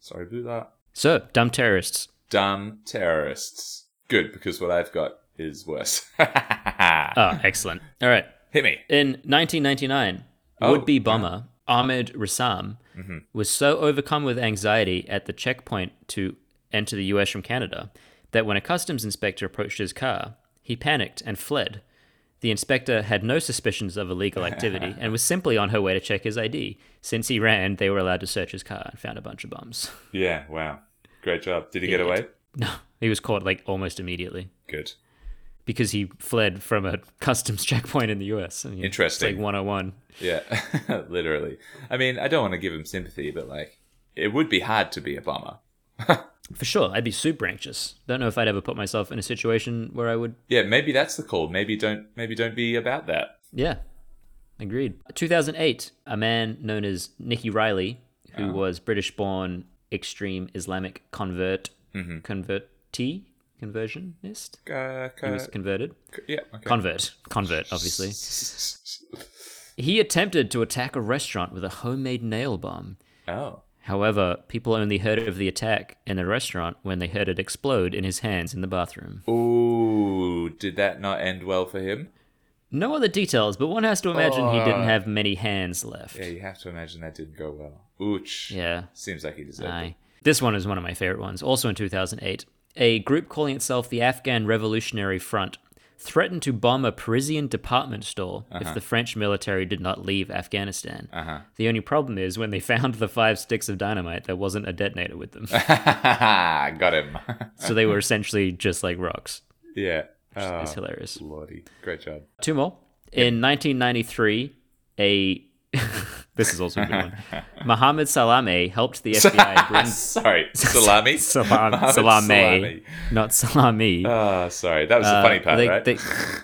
[SPEAKER 2] Sorry about that.
[SPEAKER 3] So dumb terrorists.
[SPEAKER 2] Dumb terrorists. Good, because what I've got is worse.
[SPEAKER 3] Oh, excellent. All right.
[SPEAKER 2] Hit me.
[SPEAKER 3] In 1999,
[SPEAKER 2] Oh, Mm-hmm.
[SPEAKER 3] would be bomber Ahmed Rassam was so overcome with anxiety at the checkpoint to enter the US from Canada that when a customs inspector approached his car, he panicked and fled. The inspector had no suspicions of illegal activity and was simply on her way to check his ID. Since he ran, they were allowed to search his car and found a bunch of bombs.
[SPEAKER 2] Yeah, wow. Great job. Did he get away?
[SPEAKER 3] No, he was caught like almost immediately
[SPEAKER 2] Good.
[SPEAKER 3] because he fled from a customs checkpoint in the US. And, you know, It's
[SPEAKER 2] Interesting.
[SPEAKER 3] like 101.
[SPEAKER 2] Yeah, literally. I mean, I don't want to give him sympathy, but like, it would be hard to be a bomber.
[SPEAKER 3] For sure, I'd be super anxious. Don't know if I'd ever put myself in a situation where I would.
[SPEAKER 2] Yeah, maybe that's the call. Maybe don't. Maybe don't be about that.
[SPEAKER 3] Yeah, agreed. 2008, a man known as Nicky Riley, who was British-born extreme Islamic convert, convertee, conversionist.
[SPEAKER 2] Uh,
[SPEAKER 3] He was converted,
[SPEAKER 2] c- yeah. Okay.
[SPEAKER 3] convert, convert. Obviously, he attempted to attack a restaurant with a homemade nail bomb.
[SPEAKER 2] oh,
[SPEAKER 3] However, people only heard of the attack in the restaurant when they heard it explode in his hands in the bathroom.
[SPEAKER 2] ooh, did that not end well for him?
[SPEAKER 3] No other details, but one has to imagine he didn't have many hands left.
[SPEAKER 2] Oh. Yeah, you have to imagine that didn't go well. Ouch.
[SPEAKER 3] Yeah.
[SPEAKER 2] Seems like he deserved it.
[SPEAKER 3] Aye. This one is one of my favorite ones. Also in 2008, a group calling itself the Afghan Revolutionary Front threatened to bomb a Parisian department store
[SPEAKER 2] Uh-huh.
[SPEAKER 3] if the French military did not leave Afghanistan. Uh-huh. The only problem is when they found the five sticks of dynamite, there wasn't a detonator with them.
[SPEAKER 2] Got him.
[SPEAKER 3] so they were essentially just like rocks.
[SPEAKER 2] yeah. Oh,
[SPEAKER 3] It's hilarious.
[SPEAKER 2] lordy, great job.
[SPEAKER 3] Two more. In 1993, a this is also a good one. Mohammed Salameh helped the FBI bring
[SPEAKER 2] Sorry, salami.
[SPEAKER 3] Salam,
[SPEAKER 2] Mohammed
[SPEAKER 3] salame, not salami.
[SPEAKER 2] Ah, sorry. That was the funny part,
[SPEAKER 3] Uh, they,
[SPEAKER 2] right?
[SPEAKER 3] they,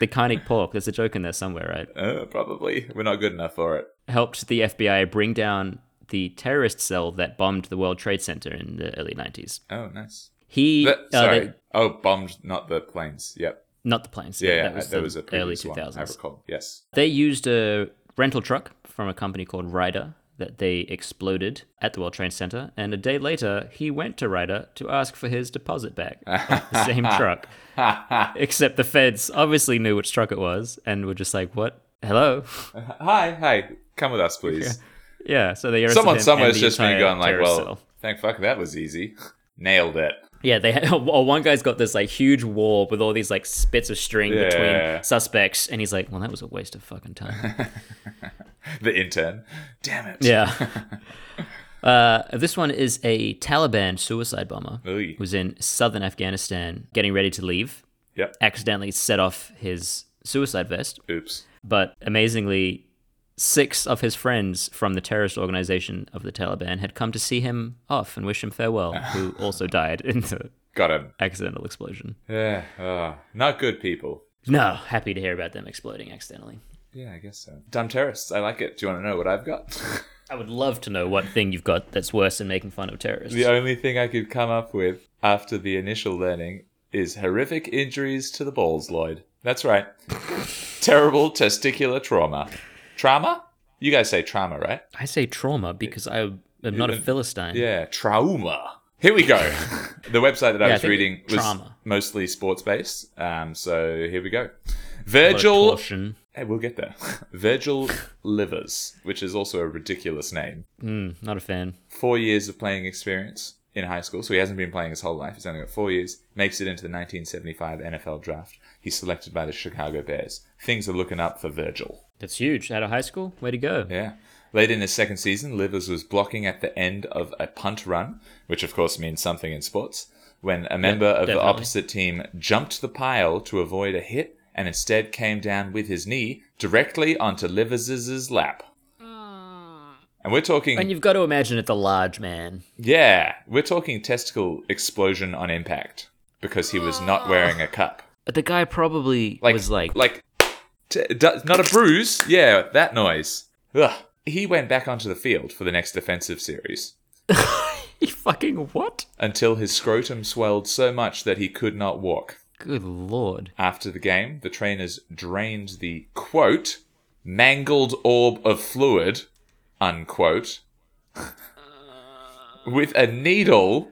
[SPEAKER 3] the Kynic pork. There's a joke in there somewhere, right?
[SPEAKER 2] Uh, probably. We're not good enough for it.
[SPEAKER 3] Helped the FBI bring down the terrorist cell that bombed the World Trade Center in the early 90s.
[SPEAKER 2] Oh, nice.
[SPEAKER 3] He,
[SPEAKER 2] That-
[SPEAKER 3] uh,
[SPEAKER 2] sorry.
[SPEAKER 3] they-
[SPEAKER 2] oh, bombed, not the planes. Yep.
[SPEAKER 3] not the planes.
[SPEAKER 2] Yeah, yeah.
[SPEAKER 3] that was,
[SPEAKER 2] there
[SPEAKER 3] the
[SPEAKER 2] was a
[SPEAKER 3] early
[SPEAKER 2] previous
[SPEAKER 3] 2000s.
[SPEAKER 2] one. I recall. Yes.
[SPEAKER 3] They used a rental truck from a company called Ryder that they exploded at the World Trade Center. And a day later, he went to Ryder to ask for his deposit back of the same truck. Except the feds obviously knew which truck it was and were just like, what? Hello?
[SPEAKER 2] Uh, Hi, hi. Come with us, please.
[SPEAKER 3] yeah, so they arrested
[SPEAKER 2] Someone
[SPEAKER 3] him
[SPEAKER 2] somewhere's
[SPEAKER 3] and the
[SPEAKER 2] just been
[SPEAKER 3] entire
[SPEAKER 2] going like,
[SPEAKER 3] terrorist
[SPEAKER 2] well,
[SPEAKER 3] cell.
[SPEAKER 2] thank fuck that was easy. Nailed it.
[SPEAKER 3] Yeah, they had, or one guy's got this like huge wall with all these like spits of string
[SPEAKER 2] Yeah.
[SPEAKER 3] between suspects, and he's like, "Well, that was a waste of fucking time."
[SPEAKER 2] The intern. Damn it.
[SPEAKER 3] yeah. Uh, this one is a Taliban suicide bomber.
[SPEAKER 2] Ooh.
[SPEAKER 3] Who was in southern Afghanistan, getting ready to leave.
[SPEAKER 2] Yep.
[SPEAKER 3] Accidentally set off his suicide vest,
[SPEAKER 2] Oops.
[SPEAKER 3] but amazingly six of his friends from the terrorist organization of the Taliban had come to see him off and wish him farewell, who also died in the
[SPEAKER 2] Got him.
[SPEAKER 3] accidental explosion.
[SPEAKER 2] Yeah. ah, not good people.
[SPEAKER 3] No, happy to hear about them exploding accidentally.
[SPEAKER 2] Yeah, I guess so. Dumb terrorists. I like it. Do you want to know what I've got?
[SPEAKER 3] I would love to know what thing you've got that's worse than making fun of terrorists.
[SPEAKER 2] The only thing I could come up with after the initial learning is horrific injuries to the balls, Lloyd. That's right. Terrible testicular trauma. Trauma? You guys say trauma, right?
[SPEAKER 3] I say trauma because I am not a philistine.
[SPEAKER 2] Yeah, trauma. Here we go. the website that I
[SPEAKER 3] Yeah, I
[SPEAKER 2] was
[SPEAKER 3] think
[SPEAKER 2] reading was
[SPEAKER 3] trauma.
[SPEAKER 2] mostly sports based. Um, so here we go.
[SPEAKER 3] A lot of
[SPEAKER 2] Virgil.
[SPEAKER 3] caution.
[SPEAKER 2] Hey, we'll get there. Virgil Livers, which is also a ridiculous name.
[SPEAKER 3] Mm, not a fan.
[SPEAKER 2] four years of playing experience in high school, so he hasn't been playing his whole life. He's only got four years. Makes it into the 1975 NFL draft. He's selected by the Chicago Bears. Things are looking up for Virgil.
[SPEAKER 3] That's huge. Out of high school, way to go.
[SPEAKER 2] Yeah. Late in his second season, Livers was blocking at the end of a punt run, which of course means something in sports, when a member of the
[SPEAKER 3] definitely.
[SPEAKER 2] opposite team jumped the pile to avoid a hit and instead came down with his knee directly onto Livers' lap. And we're talking
[SPEAKER 3] And you've got to imagine it's a large man.
[SPEAKER 2] Yeah, we're talking testicle explosion on impact because he was not wearing a cup.
[SPEAKER 3] But the guy probably
[SPEAKER 2] Like
[SPEAKER 3] was like,
[SPEAKER 2] like t- d- not a bruise. Yeah, that noise. Ugh. He went back onto the field for the next defensive series
[SPEAKER 3] "You fucking what?
[SPEAKER 2] until his scrotum swelled so much that he could not walk.
[SPEAKER 3] Good lord.
[SPEAKER 2] After the game, the trainers drained the quote mangled orb of fluid unquote with a needle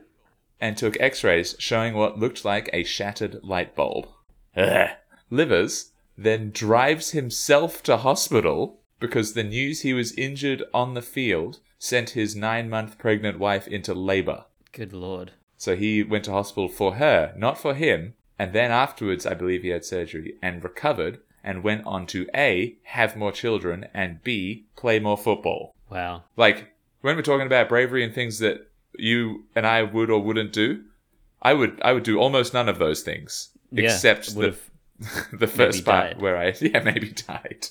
[SPEAKER 2] and took x-rays showing what looked like a shattered light bulb. Ugh. Livers then drives himself to hospital because the news he was injured on the field sent his 9-month pregnant wife into labor.
[SPEAKER 3] Good lord.
[SPEAKER 2] So he went to hospital for her, not for him. And then afterwards, I believe he had surgery and recovered and went on to A, have more children, and B, play more football.
[SPEAKER 3] Wow.
[SPEAKER 2] Like, when we're talking about bravery and things that you and I would or wouldn't do, I would, I would do almost none of those things. except
[SPEAKER 3] would
[SPEAKER 2] the,
[SPEAKER 3] have.
[SPEAKER 2] the first
[SPEAKER 3] maybe
[SPEAKER 2] part
[SPEAKER 3] died.
[SPEAKER 2] where I, yeah, maybe died.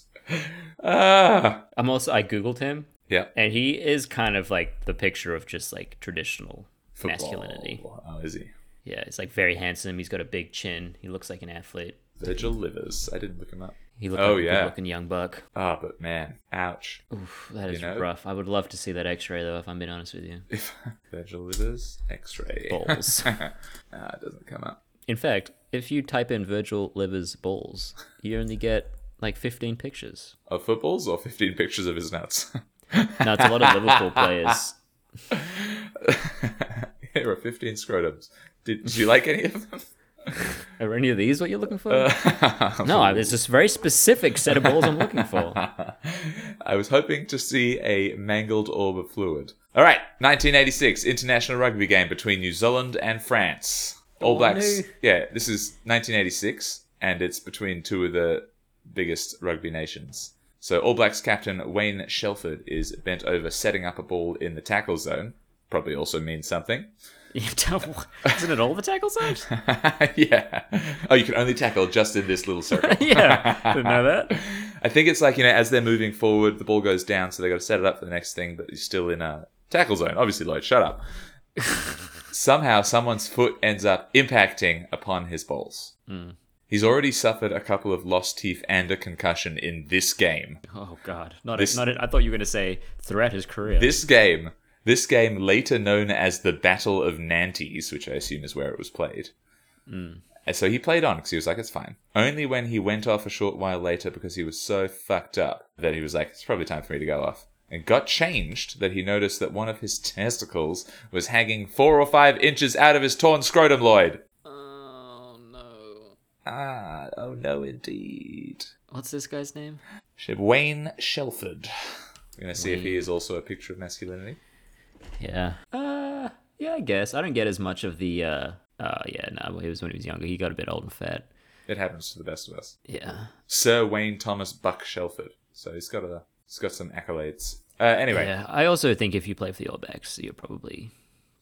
[SPEAKER 2] Ah,
[SPEAKER 3] I'm also. I googled him,
[SPEAKER 2] yeah.
[SPEAKER 3] and he is kind of like the picture of just like traditional masculinity.
[SPEAKER 2] Football. Oh, is he?
[SPEAKER 3] Yeah, he's like very handsome. He's got a big chin. He looks like an athlete.
[SPEAKER 2] Virgil Livers. I didn't look him up.
[SPEAKER 3] He looked
[SPEAKER 2] Oh,
[SPEAKER 3] like a
[SPEAKER 2] yeah.
[SPEAKER 3] good-looking young buck.
[SPEAKER 2] Ah, but man, ouch.
[SPEAKER 3] Oof, that is
[SPEAKER 2] know?
[SPEAKER 3] rough. I would love to see that X-ray though, if I'm being honest with you.
[SPEAKER 2] If Virgil Livers X-ray.
[SPEAKER 3] Balls.
[SPEAKER 2] Nah, it doesn't come up.
[SPEAKER 3] in fact, if you type in Virgil Livers balls, you only get like 15 pictures.
[SPEAKER 2] Of footballs or 15 pictures of his nuts?
[SPEAKER 3] Now it's a lot of Liverpool players.
[SPEAKER 2] there are 15 scrotums. Did, did you like any of them?
[SPEAKER 3] Are any of these what you're looking for? no, I- there's this very specific set of balls I'm looking for.
[SPEAKER 2] I was hoping to see a mangled orb of fluid. All right, 1986 international rugby game between New Zealand and France. All
[SPEAKER 3] Oh,
[SPEAKER 2] Blacks.
[SPEAKER 3] no.
[SPEAKER 2] Yeah, this is 1986, and it's between two of the biggest rugby nations. So All Blacks captain Wayne Shelford is bent over setting up a ball in the tackle zone. Probably also means something.
[SPEAKER 3] Isn't it all the tackle zones?
[SPEAKER 2] yeah. Oh, you can only tackle just in this little circle.
[SPEAKER 3] yeah, didn't know that.
[SPEAKER 2] I think it's like, you know, as they're moving forward, the ball goes down, so they got to set it up for the next thing, but you're still in a tackle zone. Obviously, Lloyd, shut up. Somehow, someone's foot ends up impacting upon his balls. He's already suffered a couple of lost teeth and a concussion in this game.
[SPEAKER 3] Oh God, not
[SPEAKER 2] This-
[SPEAKER 3] it, not it. I thought you were going to say throughout his career.
[SPEAKER 2] This game, this game later known as the Battle of Nantes, which I assume is where it was played. And so he played on because he was like, it's fine. Only when he went off a short while later because he was so fucked up that he was like, it's probably time for me to go off. And got changed that he noticed that one of his testicles was hanging four or five inches out of his torn scrotum, Lloyd.
[SPEAKER 3] Oh no.
[SPEAKER 2] Ah, oh no, indeed.
[SPEAKER 3] What's this guy's name?
[SPEAKER 2] Wayne Shelford. We're going to see if he is also a picture of masculinity.
[SPEAKER 3] Yeah. Uh, yeah, I guess I don't get as much of the. uh Oh yeah, no. Well, he was when he was younger. He got a bit old and fat.
[SPEAKER 2] It happens to the best of us.
[SPEAKER 3] Yeah.
[SPEAKER 2] Sir Wayne Thomas Buck Shelford. So he's got a he's got some accolades. Uh, anyway, yeah.
[SPEAKER 3] Yeah. I also think if you play for the All Blacks, you're probably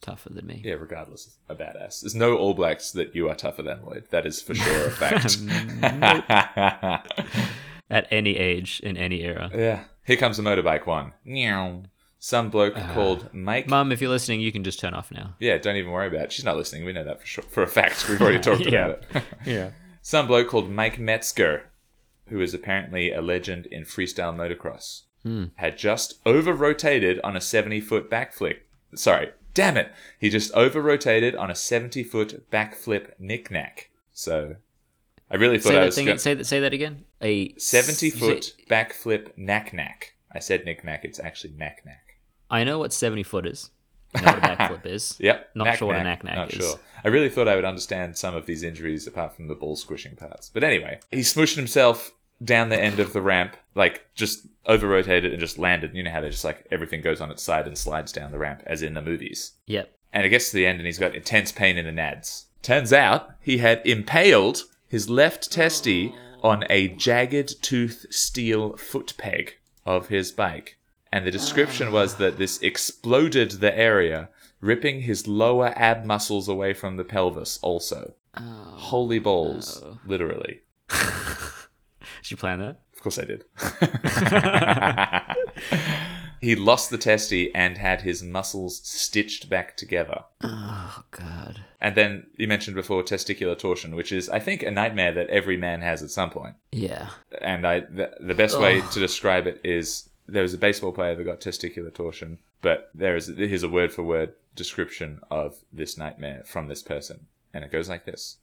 [SPEAKER 3] tougher than me.
[SPEAKER 2] regardless, a badass. There's no All Blacks that you are tougher than Lloyd. That is for sure a fact.
[SPEAKER 3] at any age in any era.
[SPEAKER 2] Yeah. Here comes the motorbike one. Meow. Some bloke called Mike.
[SPEAKER 3] Mum, if you're listening, you can just turn off now.
[SPEAKER 2] yeah, don't even worry about it. She's not listening. We know that for sure, for a fact. We've already talked
[SPEAKER 3] Yeah.
[SPEAKER 2] about it.
[SPEAKER 3] Yeah.
[SPEAKER 2] Some bloke called Mike Metzger, who is apparently a legend in freestyle motocross,
[SPEAKER 3] Hmm.
[SPEAKER 2] had just over rotated on a 70 foot backflip. Sorry, damn it. He just over rotated on a 70 foot backflip knick-knack. So I really thought
[SPEAKER 3] Say
[SPEAKER 2] I
[SPEAKER 3] that,
[SPEAKER 2] was
[SPEAKER 3] thing,
[SPEAKER 2] going
[SPEAKER 3] say, that, say that again. A
[SPEAKER 2] 70
[SPEAKER 3] you say-
[SPEAKER 2] foot backflip knack-knack. I said knick-knack, it's actually knack-knack.
[SPEAKER 3] I know what 70 foot is. I know what a backflip is.
[SPEAKER 2] Yep.
[SPEAKER 3] Not sure what a knack-knack
[SPEAKER 2] Not
[SPEAKER 3] is.
[SPEAKER 2] sure. I really thought I would understand some of these injuries apart from the ball squishing parts. But anyway, he smooshed himself down the end of the ramp, like just over rotated and just landed. You know how they just like everything goes on its side and slides down the ramp, as in the movies.
[SPEAKER 3] Yep.
[SPEAKER 2] And it gets to the end and he's got intense pain in the nads. Turns out he had impaled his left testy on a jagged tooth steel foot peg of his bike. And the description was that this exploded the area, ripping his lower ab muscles away from the pelvis also. Holy balls, literally.
[SPEAKER 3] Did you plan that?
[SPEAKER 2] Of course I did. he lost the testy and had his muscles stitched back together.
[SPEAKER 3] Oh, God.
[SPEAKER 2] And then you mentioned before testicular torsion, which is, I think, a nightmare that every man has at some point.
[SPEAKER 3] Yeah.
[SPEAKER 2] And I, the, the best way to describe it is there was a baseball player that got testicular torsion, but there is here's a word for word description of this nightmare from this person, and it goes like this: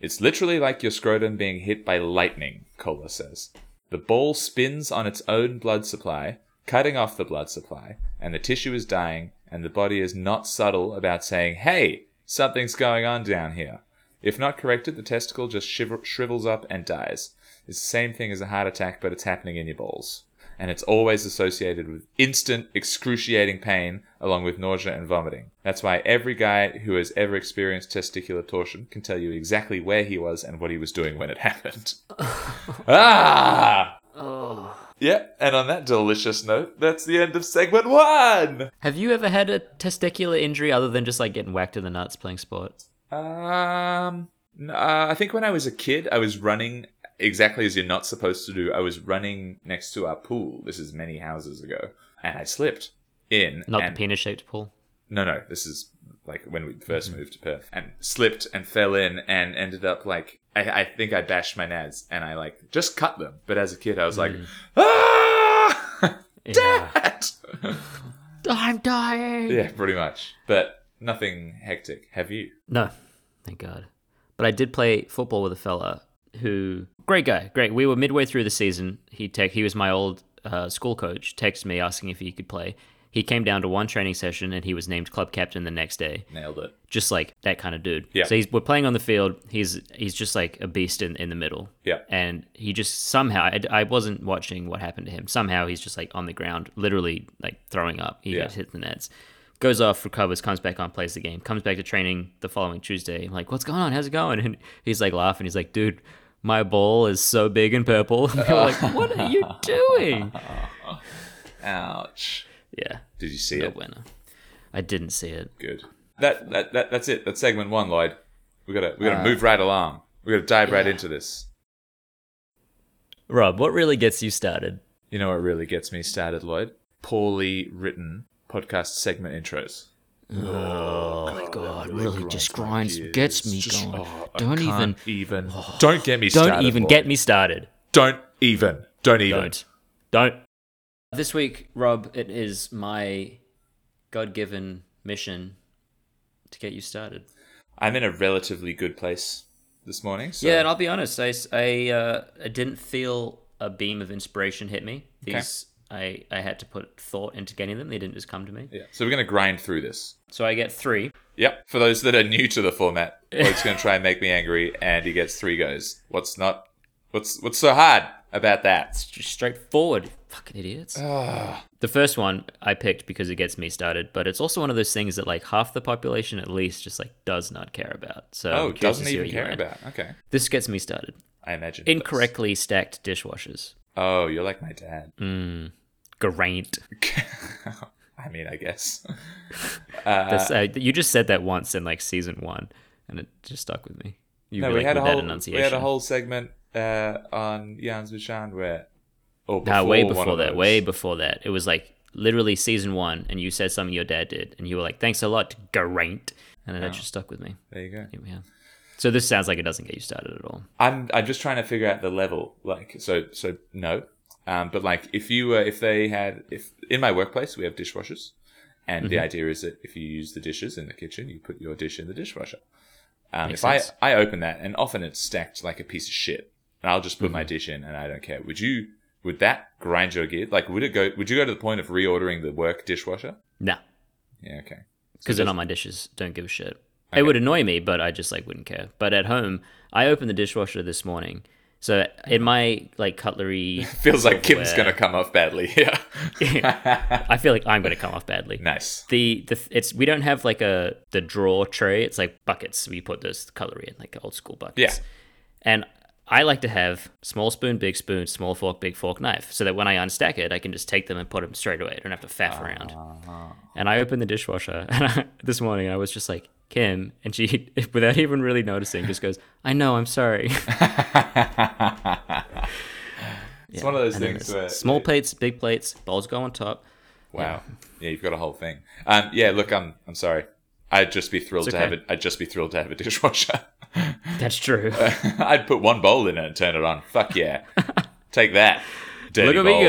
[SPEAKER 2] It's literally like your scrotum being hit by lightning. Kohler says the ball spins on its own blood supply, cutting off the blood supply, and the tissue is dying, and the body is not subtle about saying, "Hey, something's going on down here." If not corrected, the testicle just shiver- shrivels up and dies. It's the same thing as a heart attack, but it's happening in your balls. And it's always associated with instant, excruciating pain, along with nausea and vomiting. That's why every guy who has ever experienced testicular torsion can tell you exactly where he was and what he was doing when it happened. ah!
[SPEAKER 3] Oh.
[SPEAKER 2] Yep, and on that delicious note, that's the end of segment one!
[SPEAKER 3] Have you ever had a testicular injury other than just like getting whacked in the nuts playing sport?
[SPEAKER 2] Um, n- uh, I think when I was a kid, I was running exactly as you're not supposed to do. I was running next to our pool. This is many houses ago, and I slipped in.
[SPEAKER 3] Not
[SPEAKER 2] and,
[SPEAKER 3] the penis shaped pool?
[SPEAKER 2] No, no. This is like when we 1st
[SPEAKER 3] Mm-hmm.
[SPEAKER 2] moved to Perth, and slipped and fell in, and ended up like I, I think I bashed my nads, and I like just cut them. But as a kid, I was like, ah,
[SPEAKER 3] Mm. Yeah.
[SPEAKER 2] Dad!
[SPEAKER 3] I'm dying.
[SPEAKER 2] yeah, pretty much. But nothing hectic. Have you?
[SPEAKER 3] No, thank God. But I did play football with a fella who, great guy, great. We were midway through the season. He tech, he was my old uh, school coach. Texted me asking if he could play. He came down to one training session and he was named club captain the next day.
[SPEAKER 2] Nailed it.
[SPEAKER 3] Just like that kind of dude.
[SPEAKER 2] Yeah.
[SPEAKER 3] So he's we're playing on the field. He's he's just like a beast in, in the middle.
[SPEAKER 2] Yeah.
[SPEAKER 3] And he just somehow I, I wasn't watching what happened to him. Somehow he's just like on the ground, literally like throwing up. He
[SPEAKER 2] Yeah.
[SPEAKER 3] gets hit in the nets, goes off, recovers, comes back on, plays the game, comes back to training the following Tuesday. I'm like, what's going on? How's it going? And he's like laughing. He's like, dude, my ball is so big and purple. And we were like, what are you doing?
[SPEAKER 2] Ouch.
[SPEAKER 3] Yeah,
[SPEAKER 2] Did you see
[SPEAKER 3] no
[SPEAKER 2] it?
[SPEAKER 3] winner. I didn't see it.
[SPEAKER 2] Good. That, that that that's it. That's segment one, Lloyd. We gotta we
[SPEAKER 3] Uh,
[SPEAKER 2] gotta move right along. We gotta dive right into this.
[SPEAKER 3] Rob, what really gets you started?
[SPEAKER 2] You know what really gets me started, Lloyd? Poorly written podcast segment intros.
[SPEAKER 3] Oh, my God, really just grinds, gets me going. don't even,
[SPEAKER 2] oh, Can't even
[SPEAKER 3] Oh.
[SPEAKER 2] don't get me started.
[SPEAKER 3] don't even
[SPEAKER 2] Lloyd.
[SPEAKER 3] get me started.
[SPEAKER 2] Don't even. Don't even.
[SPEAKER 3] Don't. Don't. This week, Rob, it is my God given mission to get you started.
[SPEAKER 2] I'm in a relatively good place this morning. So
[SPEAKER 3] Yeah, and I'll be honest, I, s- I, uh, I didn't feel a beam of inspiration hit me. These, I, I had to put thought into getting them, they didn't just come to me.
[SPEAKER 2] yeah. So we're gonna grind through this.
[SPEAKER 3] So I get three.
[SPEAKER 2] Yep. For those that are new to the format, Lloyd's going to try and make me angry, and he gets three goes. What's not? What's what's so hard about that?
[SPEAKER 3] It's just straightforward. Fucking idiots. The first one I picked because it gets me started, but it's also one of those things that like half the population at least just like does not care about. So
[SPEAKER 2] Oh,
[SPEAKER 3] I'm curious to
[SPEAKER 2] doesn't
[SPEAKER 3] see
[SPEAKER 2] even
[SPEAKER 3] what you
[SPEAKER 2] care
[SPEAKER 3] had.
[SPEAKER 2] about. Okay,
[SPEAKER 3] This gets me started.
[SPEAKER 2] I imagine. it does.
[SPEAKER 3] Incorrectly stacked dishwashers.
[SPEAKER 2] Oh, you're like my dad.
[SPEAKER 3] Hmm. Great.
[SPEAKER 2] I mean, I guess.
[SPEAKER 3] That's, uh, you just said that once in like season one, and it just stuck with me. You
[SPEAKER 2] No,
[SPEAKER 3] were
[SPEAKER 2] we
[SPEAKER 3] like,
[SPEAKER 2] had a
[SPEAKER 3] with that
[SPEAKER 2] whole we
[SPEAKER 3] enunciation.
[SPEAKER 2] had a whole segment uh, on Jans Vishan where Or
[SPEAKER 3] Nah, way
[SPEAKER 2] one
[SPEAKER 3] before
[SPEAKER 2] of
[SPEAKER 3] that.
[SPEAKER 2] those.
[SPEAKER 3] Way before that. It was like literally season one, and you said something your dad did, and you were like, "Thanks a lot, Geraint," and that just stuck with me.
[SPEAKER 2] There you go.
[SPEAKER 3] Yeah. So this sounds like it doesn't get you started at all.
[SPEAKER 2] I'm I'm just trying to figure out the level. Like so so no. Um, but like if you uh, if they had if in my workplace we have dishwashers, and
[SPEAKER 3] Mm-hmm.
[SPEAKER 2] the idea is that if you use the dishes in the kitchen, you put your dish in the dishwasher. Um, if
[SPEAKER 3] Makes sense.
[SPEAKER 2] I I open that and often it's stacked like a piece of shit, and I'll just put
[SPEAKER 3] Mm-hmm.
[SPEAKER 2] my dish in and I don't care. Would you? Would that grind your gear? Like would it go? Would you go to the point of reordering the work dishwasher?
[SPEAKER 3] Nah,
[SPEAKER 2] Yeah. Okay.
[SPEAKER 3] because they're not my dishes. Don't give a shit. It would annoy me, but I just like wouldn't care. But at home, I opened the dishwasher this morning. So in my like cutlery,
[SPEAKER 2] Feels like Kim's
[SPEAKER 3] Where-
[SPEAKER 2] gonna come off badly. Yeah.
[SPEAKER 3] I feel like I'm gonna come off badly.
[SPEAKER 2] nice.
[SPEAKER 3] The the it's we don't have like a the drawer tray. It's like buckets. We put those cutlery in like the old school
[SPEAKER 2] Yeah.
[SPEAKER 3] buckets. And I like to have small spoon, big spoon, small fork, big fork, knife, so that when I unstack it, I can just take them and put them straight away. I don't have to faff around. And I opened the dishwasher and I, this morning, and I was just like Kim, and she, without even really noticing, just goes, "I know, I'm sorry."
[SPEAKER 2] It's one of those
[SPEAKER 3] And then
[SPEAKER 2] things
[SPEAKER 3] there's
[SPEAKER 2] where
[SPEAKER 3] small plates, big plates, bowls go on top.
[SPEAKER 2] Wow. Yeah, you've got a whole thing. Um, yeah, look, I'm I'm sorry. I'd just be thrilled
[SPEAKER 3] It's
[SPEAKER 2] to have
[SPEAKER 3] okay.
[SPEAKER 2] it. I'd just be thrilled to have a dishwasher.
[SPEAKER 3] That's true.
[SPEAKER 2] I'd put one bowl in it and turn it on. Fuck yeah, take that. Dirty
[SPEAKER 3] Look at me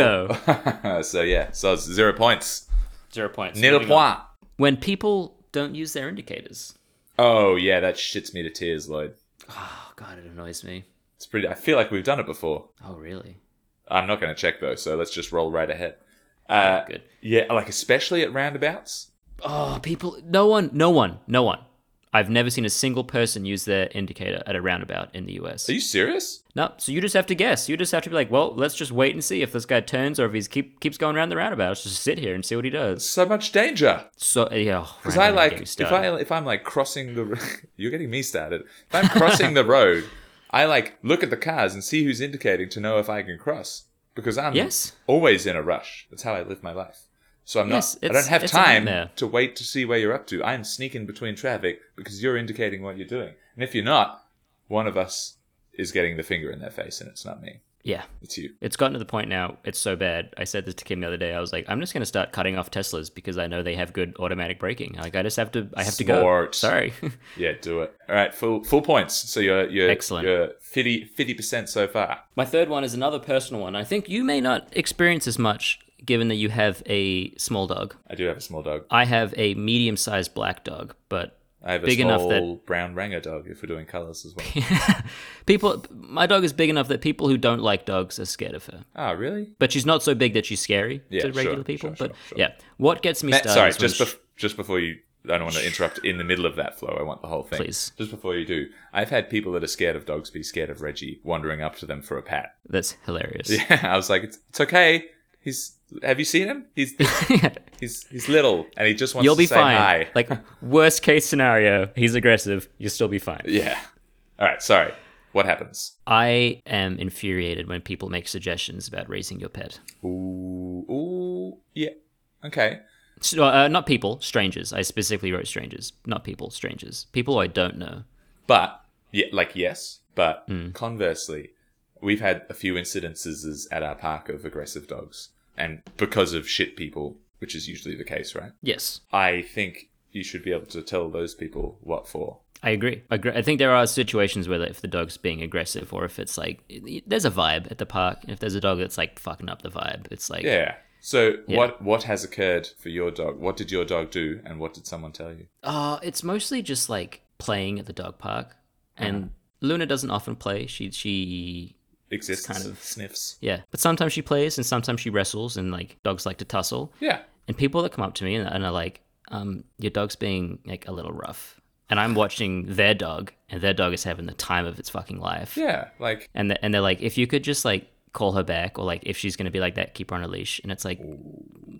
[SPEAKER 2] go. so yeah, so it's zero points.
[SPEAKER 3] Zero points.
[SPEAKER 2] Nil
[SPEAKER 3] Moving on.
[SPEAKER 2] point.
[SPEAKER 3] When people don't use their indicators.
[SPEAKER 2] Oh yeah, that shits me to tears, Lloyd.
[SPEAKER 3] Oh god, it annoys me.
[SPEAKER 2] It's pretty. I feel like we've done it before.
[SPEAKER 3] Oh really?
[SPEAKER 2] I'm not going to check though, so let's just roll right ahead. Uh,
[SPEAKER 3] Good.
[SPEAKER 2] yeah, like especially at roundabouts.
[SPEAKER 3] Oh, people. No one. No one. No one. I've never seen a single person use their indicator at a roundabout in the US.
[SPEAKER 2] Are you serious?
[SPEAKER 3] no, so you just have to guess. You just have to be like, well, let's just wait and see if this guy turns or if he's keep keeps going around the roundabout. Let's just sit here and see what he does.
[SPEAKER 2] So much danger.
[SPEAKER 3] So yeah, oh,
[SPEAKER 2] Because I like if I if I'm like crossing the you're getting me started. If I'm crossing the road, I like look at the cars and see who's indicating to know if I can cross because I'm
[SPEAKER 3] Yes.
[SPEAKER 2] always in a rush. That's how I live my life. So I'm
[SPEAKER 3] Yes,
[SPEAKER 2] not. I
[SPEAKER 3] it's-
[SPEAKER 2] don't have
[SPEAKER 3] it's a
[SPEAKER 2] time
[SPEAKER 3] nightmare.
[SPEAKER 2] to wait to see where you're up to. I'm sneaking between traffic because you're indicating what you're doing, and if you're not, one of us is getting the finger in their face, and it's not me.
[SPEAKER 3] yeah,
[SPEAKER 2] It's you.
[SPEAKER 3] it's gotten to the point now. It's so bad. I said this to Kim the other day. I was like, I'm just gonna start cutting off Teslas because I know they have good automatic braking. Like I just have to. I have
[SPEAKER 2] Smart.
[SPEAKER 3] to go. Sorry.
[SPEAKER 2] Yeah, do it. All right, full full points. So you're you're
[SPEAKER 3] Excellent.
[SPEAKER 2] You're 50 percent so far.
[SPEAKER 3] My third one is another personal one. I think you may not experience as much given that you have a small dog.
[SPEAKER 2] I do have a small dog.
[SPEAKER 3] I have a medium sized black dog, but
[SPEAKER 2] I have a
[SPEAKER 3] big
[SPEAKER 2] small
[SPEAKER 3] enough that
[SPEAKER 2] brown Ranger dog if we're doing colours as well.
[SPEAKER 3] people, my dog is big enough that people who don't like dogs are scared of her.
[SPEAKER 2] Ah, really?
[SPEAKER 3] But she's not so big that she's scary
[SPEAKER 2] Yeah,
[SPEAKER 3] to
[SPEAKER 2] sure,
[SPEAKER 3] regular
[SPEAKER 2] sure,
[SPEAKER 3] people.
[SPEAKER 2] sure,
[SPEAKER 3] but
[SPEAKER 2] sure.
[SPEAKER 3] yeah, what gets me
[SPEAKER 2] Matt,
[SPEAKER 3] started?
[SPEAKER 2] sorry,
[SPEAKER 3] is when
[SPEAKER 2] just
[SPEAKER 3] she-
[SPEAKER 2] bef- just before you, I don't want to interrupt in the middle of that flow. I want the whole thing.
[SPEAKER 3] Please.
[SPEAKER 2] Just before you do, I've had people that are scared of dogs be scared of Reggie wandering up to them for a pat.
[SPEAKER 3] that's hilarious.
[SPEAKER 2] Yeah, I was like, it's, it's okay. He's. Have you seen him? He's he's he's little, and he just wants
[SPEAKER 3] You'll
[SPEAKER 2] to
[SPEAKER 3] be
[SPEAKER 2] say
[SPEAKER 3] fine.
[SPEAKER 2] hi.
[SPEAKER 3] Like worst case scenario, he's aggressive. You'll still be fine.
[SPEAKER 2] yeah. All right. Sorry. What happens?
[SPEAKER 3] I am infuriated when people make suggestions about raising your pet.
[SPEAKER 2] Ooh. Ooh. Yeah. Okay.
[SPEAKER 3] So, uh, not people, strangers. I specifically wrote strangers, not people, strangers. People I don't know.
[SPEAKER 2] But yeah, like yes, but
[SPEAKER 3] Hmm.
[SPEAKER 2] conversely, we've had a few incidences at our park of aggressive dogs, and because of shit people, which is usually the case, right?
[SPEAKER 3] Yes,
[SPEAKER 2] I think you should be able to tell those people what for.
[SPEAKER 3] I agree. I agree. I think there are situations where if the dog's being aggressive or if it's like there's a vibe at the park, and if there's a dog that's like fucking up the vibe, it's like
[SPEAKER 2] Yeah. So what what has occurred for your dog? What did your dog do, and what did someone tell you?
[SPEAKER 3] Uh, it's mostly just like playing at the dog park, and Luna doesn't often play. She she
[SPEAKER 2] Exists
[SPEAKER 3] kind of-
[SPEAKER 2] sniffs.
[SPEAKER 3] yeah, but sometimes she plays and sometimes she wrestles, and like dogs like to tussle.
[SPEAKER 2] Yeah.
[SPEAKER 3] and people that come up to me and, and are like, um, "Your dog's being like a little rough," and I'm watching their dog, and their dog is having the time of its fucking life,
[SPEAKER 2] Yeah. Like
[SPEAKER 3] and th- and they're like, "If you could just like call her back, or like if she's gonna be like that, keep her on a leash," and it's like,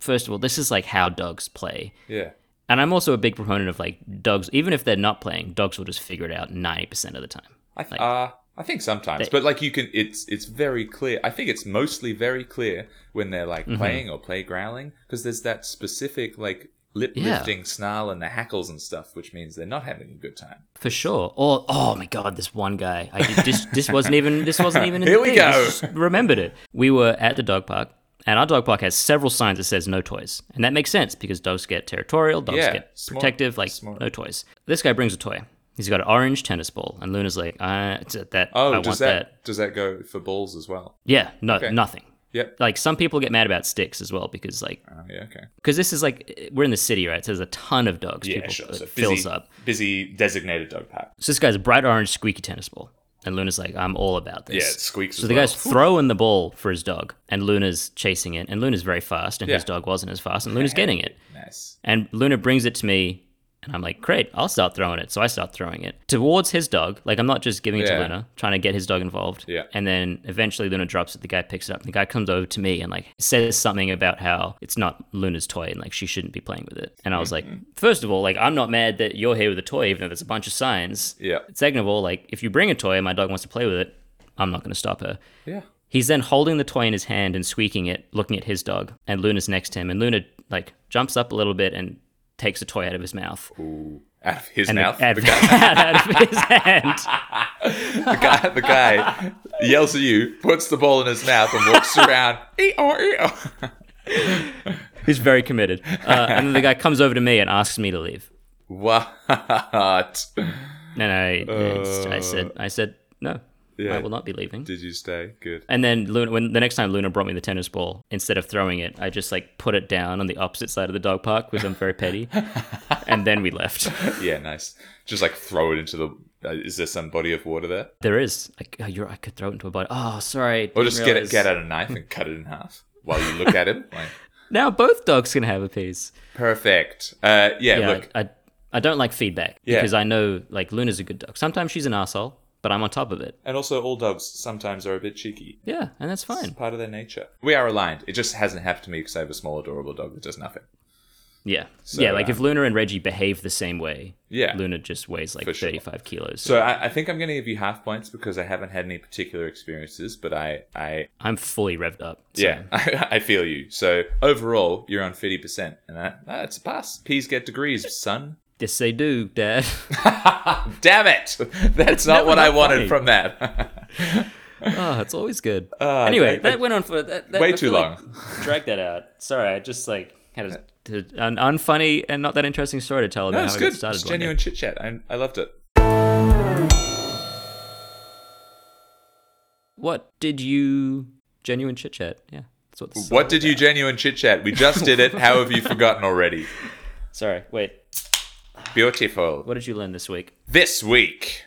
[SPEAKER 3] first of all, this is like how dogs play.
[SPEAKER 2] yeah.
[SPEAKER 3] And I'm also a big proponent of like dogs, even if they're not playing, dogs will just figure it out 90% of the time.
[SPEAKER 2] I th- uh, I think sometimes, but like you can, it's it's very clear. I think it's
[SPEAKER 3] Mm-hmm.
[SPEAKER 2] mostly very clear when they're like playing or play growling because there's that specific like lip
[SPEAKER 3] Yeah.
[SPEAKER 2] lifting snarl and the hackles and stuff, which means they're not having a good time.
[SPEAKER 3] for sure. Or oh my god, this one guy. I did, this this wasn't even this wasn't even in
[SPEAKER 2] Here
[SPEAKER 3] the
[SPEAKER 2] we
[SPEAKER 3] thing.
[SPEAKER 2] go.
[SPEAKER 3] I just remembered it. We were at the dog park, and our dog park has several signs that says no toys, and that makes sense because dogs get territorial, dogs
[SPEAKER 2] Yeah,
[SPEAKER 3] get
[SPEAKER 2] smart-
[SPEAKER 3] protective, like
[SPEAKER 2] smart.
[SPEAKER 3] no toys. This guy brings a toy. He's got an orange tennis ball, and Luna's like, uh, that
[SPEAKER 2] Oh,
[SPEAKER 3] I want
[SPEAKER 2] does that, does that go for balls as well?
[SPEAKER 3] Yeah, no,
[SPEAKER 2] Okay.
[SPEAKER 3] nothing.
[SPEAKER 2] Yep.
[SPEAKER 3] Like some people get mad about sticks as well because like
[SPEAKER 2] Oh, yeah. Okay.
[SPEAKER 3] because this is like we're in the city, right? So there's a ton of dogs. people, It fills up.
[SPEAKER 2] busy designated dog pack.
[SPEAKER 3] So this guy's a bright orange squeaky tennis ball. And Luna's like, I'm all about this.
[SPEAKER 2] Yeah, it squeaks
[SPEAKER 3] So
[SPEAKER 2] as
[SPEAKER 3] the
[SPEAKER 2] well.
[SPEAKER 3] guy's throwing the ball for his dog, and Luna's chasing it. And Luna's very fast, and his
[SPEAKER 2] Yeah.
[SPEAKER 3] dog wasn't as fast, and Luna's getting it.
[SPEAKER 2] Nice.
[SPEAKER 3] And Luna brings it to me, and I'm like, great, I'll start throwing it. So I start throwing it towards his dog. Like, I'm not just giving it
[SPEAKER 2] Yeah.
[SPEAKER 3] to Luna, trying to get his dog involved.
[SPEAKER 2] Yeah.
[SPEAKER 3] And then eventually Luna drops it. The guy picks it up. And the guy comes over to me and, like, says something about how it's not Luna's toy and, like, she shouldn't be playing with it. And I was like,
[SPEAKER 2] Mm-hmm.
[SPEAKER 3] first of all, like, I'm not mad that you're here with a toy, even though there's a bunch of signs.
[SPEAKER 2] Yeah.
[SPEAKER 3] Second of all, like, if you bring a toy and my dog wants to play with it, I'm not going to stop her.
[SPEAKER 2] Yeah.
[SPEAKER 3] He's then holding the toy in his hand and squeaking it, looking at his dog. And Luna's next to him, and Luna like jumps up a little bit and takes the toy out of his mouth.
[SPEAKER 2] Ooh. Out of his
[SPEAKER 3] And
[SPEAKER 2] mouth.
[SPEAKER 3] the, out,
[SPEAKER 2] the,
[SPEAKER 3] of-
[SPEAKER 2] guy,
[SPEAKER 3] out of his hand.
[SPEAKER 2] the guy. The guy yells at you, puts the ball in his mouth, and walks around. oh, E-oh, e-oh.
[SPEAKER 3] He's very committed. Uh, and then the guy comes over to me and asks me to leave.
[SPEAKER 2] What?
[SPEAKER 3] And I, I said, I said no. I will not be leaving.
[SPEAKER 2] Uh. Did you stay? Good.
[SPEAKER 3] And then Luna, when the next time Luna brought me the tennis ball, instead of throwing it, I just like put it down on the opposite side of the dog park because I'm very petty. and then we left.
[SPEAKER 2] Yeah, nice. Just like throw it into the. Uh, is there some body of water there?
[SPEAKER 3] There is like, oh, you're, I could throw it into a body. Oh, sorry.
[SPEAKER 2] Or
[SPEAKER 3] didn't
[SPEAKER 2] just get it,
[SPEAKER 3] realize.
[SPEAKER 2] get out a knife and cut it in half while you look at him. Like,
[SPEAKER 3] Now both dogs can have a piece.
[SPEAKER 2] perfect. Uh, yeah,
[SPEAKER 3] Yeah,
[SPEAKER 2] Look,
[SPEAKER 3] I, I, I don't like feedback
[SPEAKER 2] Yeah.
[SPEAKER 3] because I know like Luna's a good dog. Sometimes she's an asshole, but I'm on top of it.
[SPEAKER 2] and also all dogs sometimes are a bit cheeky.
[SPEAKER 3] Yeah, and that's
[SPEAKER 2] It's
[SPEAKER 3] fine.
[SPEAKER 2] part of their nature. We are aligned. It just hasn't happened to me because I have a small, adorable dog that does nothing.
[SPEAKER 3] Yeah, yeah. Like if Luna and Reggie behave the same way,
[SPEAKER 2] Yeah.
[SPEAKER 3] Luna just weighs like
[SPEAKER 2] For sure.
[SPEAKER 3] 35 kilos.
[SPEAKER 2] So I, I think I'm going to give you half points because I haven't had any particular experiences, but I, I,
[SPEAKER 3] I'm fully revved up. so-
[SPEAKER 2] yeah, I, feel you. So overall, you're on fifty percent, and that, that's a pass. Peas get degrees, son.
[SPEAKER 3] yes they do, Dad.
[SPEAKER 2] Damn it! That's not what I
[SPEAKER 3] not
[SPEAKER 2] wanted
[SPEAKER 3] funny.
[SPEAKER 2] from that.
[SPEAKER 3] oh, it's always good. anyway,
[SPEAKER 2] I-
[SPEAKER 3] that went on for that, that,
[SPEAKER 2] Ah, Way
[SPEAKER 3] I
[SPEAKER 2] too
[SPEAKER 3] feel like-
[SPEAKER 2] long.
[SPEAKER 3] drag that out. Sorry, I just like had a, an unfunny and not that interesting story to tell about
[SPEAKER 2] No,
[SPEAKER 3] how
[SPEAKER 2] it's
[SPEAKER 3] I
[SPEAKER 2] good.
[SPEAKER 3] got started.
[SPEAKER 2] It's
[SPEAKER 3] one day.
[SPEAKER 2] genuine chit chat. I, I loved it.
[SPEAKER 3] What did you genuine chit chat? Yeah, that's what. This is
[SPEAKER 2] What did you genuine chit chat? We just did it. How have you forgotten already?
[SPEAKER 3] Sorry, wait.
[SPEAKER 2] Beautiful.
[SPEAKER 3] What did you learn this week?
[SPEAKER 2] This week,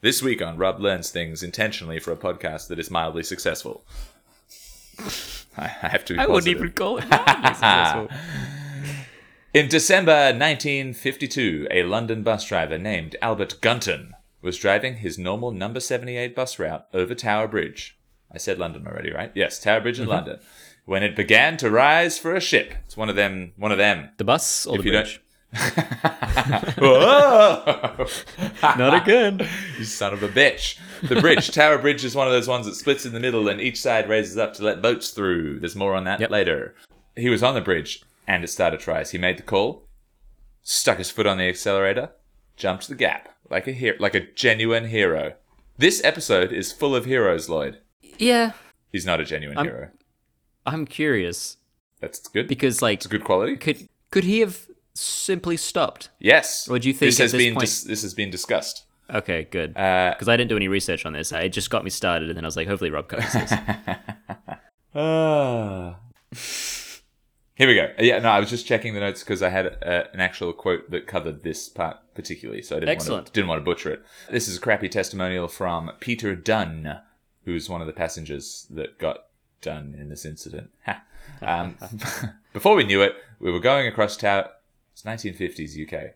[SPEAKER 2] this week on Rob learns things intentionally for a podcast that is mildly successful. I I have to. Be
[SPEAKER 3] I wouldn't
[SPEAKER 2] positive.
[SPEAKER 3] even call it. successful.
[SPEAKER 2] In December 1952, a London bus driver named Albert Gunton was driving his normal number 78 bus route over Tower Bridge. I said London already, right? Yes, Tower Bridge in London. When it began to rise for a ship. It's one of them, one of them.
[SPEAKER 3] The bus or the
[SPEAKER 2] you don't-
[SPEAKER 3] bridge?
[SPEAKER 2] Whoa!
[SPEAKER 3] Not again.
[SPEAKER 2] you son of a bitch. The bridge, Tower Bridge, is one of those ones that splits in the middle and each side raises up to let boats through. There's more on that
[SPEAKER 3] Yep.
[SPEAKER 2] later. He was on the bridge and it started to rise. He made the call, stuck his foot on the accelerator, jumped the gap like a hero, like a genuine hero. This episode is full of heroes, Lloyd.
[SPEAKER 3] Yeah,
[SPEAKER 2] He's not a genuine hero.
[SPEAKER 3] I'm curious
[SPEAKER 2] That's good.
[SPEAKER 3] because
[SPEAKER 2] it's
[SPEAKER 3] like,
[SPEAKER 2] a good quality.
[SPEAKER 3] could could he have simply stopped?
[SPEAKER 2] yes.
[SPEAKER 3] Or do you think
[SPEAKER 2] this
[SPEAKER 3] at
[SPEAKER 2] has
[SPEAKER 3] this
[SPEAKER 2] been
[SPEAKER 3] point-
[SPEAKER 2] dis- this has been discussed?
[SPEAKER 3] Okay, good.
[SPEAKER 2] Uh,
[SPEAKER 3] Because I didn't do any research on this. I, it just got me started, and then I was like, hopefully Rob covers this.
[SPEAKER 2] Ah. Here we go. Yeah, no, I was just checking the notes because I had uh, an actual quote that covered this part particularly, so I didn't want to,
[SPEAKER 3] Excellent.
[SPEAKER 2] didn't want to butcher it. This is a crappy testimonial from Peter Dunn, who's one of the passengers that got done in this incident. Ha. Um, before we knew it, we were going across town. It's 1950s UK.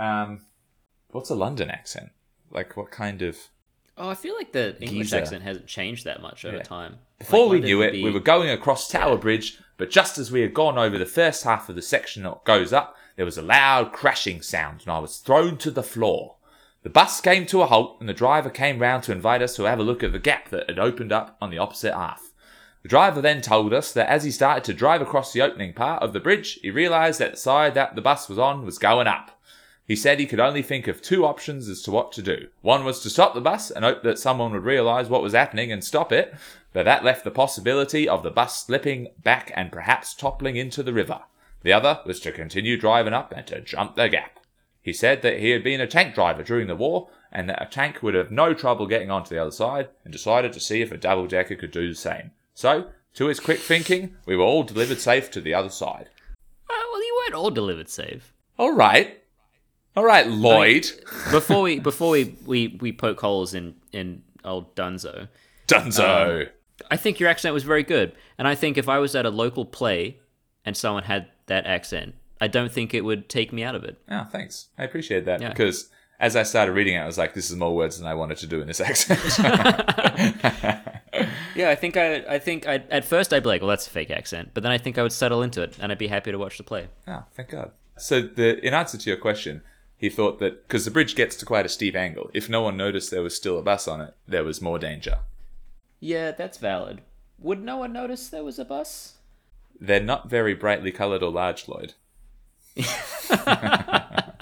[SPEAKER 2] Um, what's a London accent? Like, what kind of
[SPEAKER 3] oh, I feel like the English
[SPEAKER 2] Geezer.
[SPEAKER 3] accent hasn't changed that much over
[SPEAKER 2] Yeah.
[SPEAKER 3] time.
[SPEAKER 2] Before
[SPEAKER 3] Like,
[SPEAKER 2] we
[SPEAKER 3] London
[SPEAKER 2] knew
[SPEAKER 3] would
[SPEAKER 2] it,
[SPEAKER 3] be-
[SPEAKER 2] we were going across Tower Bridge, but just as we had gone over the first half of the section that goes up, there was a loud crashing sound and I was thrown to the floor. The bus came to a halt and the driver came round to invite us to have a look at the gap that had opened up on the opposite half. The driver then told us that as he started to drive across the opening part of the bridge, he realised that the side that the bus was on was going up. He said he could only think of two options as to what to do. One was to stop the bus and hope that someone would realise what was happening and stop it, but that left the possibility of the bus slipping back and perhaps toppling into the river. The other was to continue driving up and to jump the gap. He said that he had been a tank driver during the war and that a tank would have no trouble getting onto the other side and decided to see if a double decker could do the same. So, to his quick thinking, we were all delivered safe to the other side.
[SPEAKER 3] Uh, well, you weren't all delivered safe.
[SPEAKER 2] All right. All right, Lloyd.
[SPEAKER 3] Before we before we, we, we poke holes in, in old Dunzo,
[SPEAKER 2] Dunzo.
[SPEAKER 3] I think your accent was very good. And I think if I was at a local play and someone had that accent, I don't think it would take me out of it.
[SPEAKER 2] Yeah, oh, thanks. I appreciate that
[SPEAKER 3] Yeah.
[SPEAKER 2] because as I started reading it, I was like, this is more words than I wanted to do in this accent.
[SPEAKER 3] Yeah, I think I I think I at first I'd be like, well, that's a fake accent, but then I think I would settle into it and I'd be happy to watch the play.
[SPEAKER 2] Ah, thank God. So, the, in answer to your question, he thought that because the bridge gets to quite a steep angle, if no one noticed there was still a bus on it, there was more danger.
[SPEAKER 3] Yeah, that's valid. Would no one notice there was a bus?
[SPEAKER 2] They're not very brightly coloured or large, Lloyd. I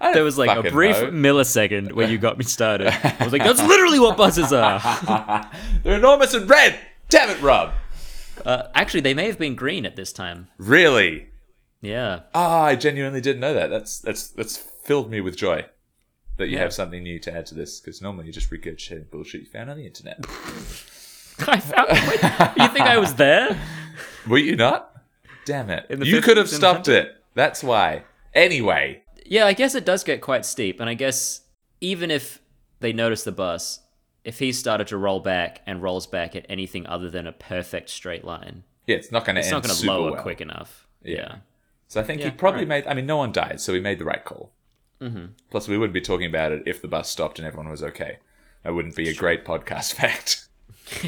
[SPEAKER 2] don't
[SPEAKER 3] There was like a
[SPEAKER 2] fucking
[SPEAKER 3] brief
[SPEAKER 2] know.
[SPEAKER 3] millisecond where you got me started. I was like, that's literally what buses are.
[SPEAKER 2] They're enormous and red. Damn it, Rob.
[SPEAKER 3] Uh, actually, they may have been green at this time.
[SPEAKER 2] Really?
[SPEAKER 3] Yeah.
[SPEAKER 2] Ah, I genuinely didn't know that. That's that's that's filled me with joy that you have something new to add to this because normally you just regurgitate bullshit you found on the internet.
[SPEAKER 3] I found. you think I was there?
[SPEAKER 2] Were you not? Damn it!
[SPEAKER 3] the
[SPEAKER 2] You could have
[SPEAKER 3] 50s and
[SPEAKER 2] stopped it. That's why. Anyway,
[SPEAKER 3] Yeah, I guess it does get quite steep, and I guess even if they notice the bus, if he started to roll back and rolls back at anything other than a perfect straight line,
[SPEAKER 2] yeah, it's not going to
[SPEAKER 3] it's
[SPEAKER 2] end
[SPEAKER 3] not going to
[SPEAKER 2] super
[SPEAKER 3] lower
[SPEAKER 2] well.
[SPEAKER 3] quick enough.
[SPEAKER 2] Yeah.
[SPEAKER 3] Yeah.
[SPEAKER 2] So I think he
[SPEAKER 3] Yeah,
[SPEAKER 2] probably
[SPEAKER 3] right.
[SPEAKER 2] made. I mean, no one died, so we made the right call. Mm-hmm. Plus, we wouldn't be talking about it if the bus stopped and everyone was okay. That wouldn't be a great podcast fact.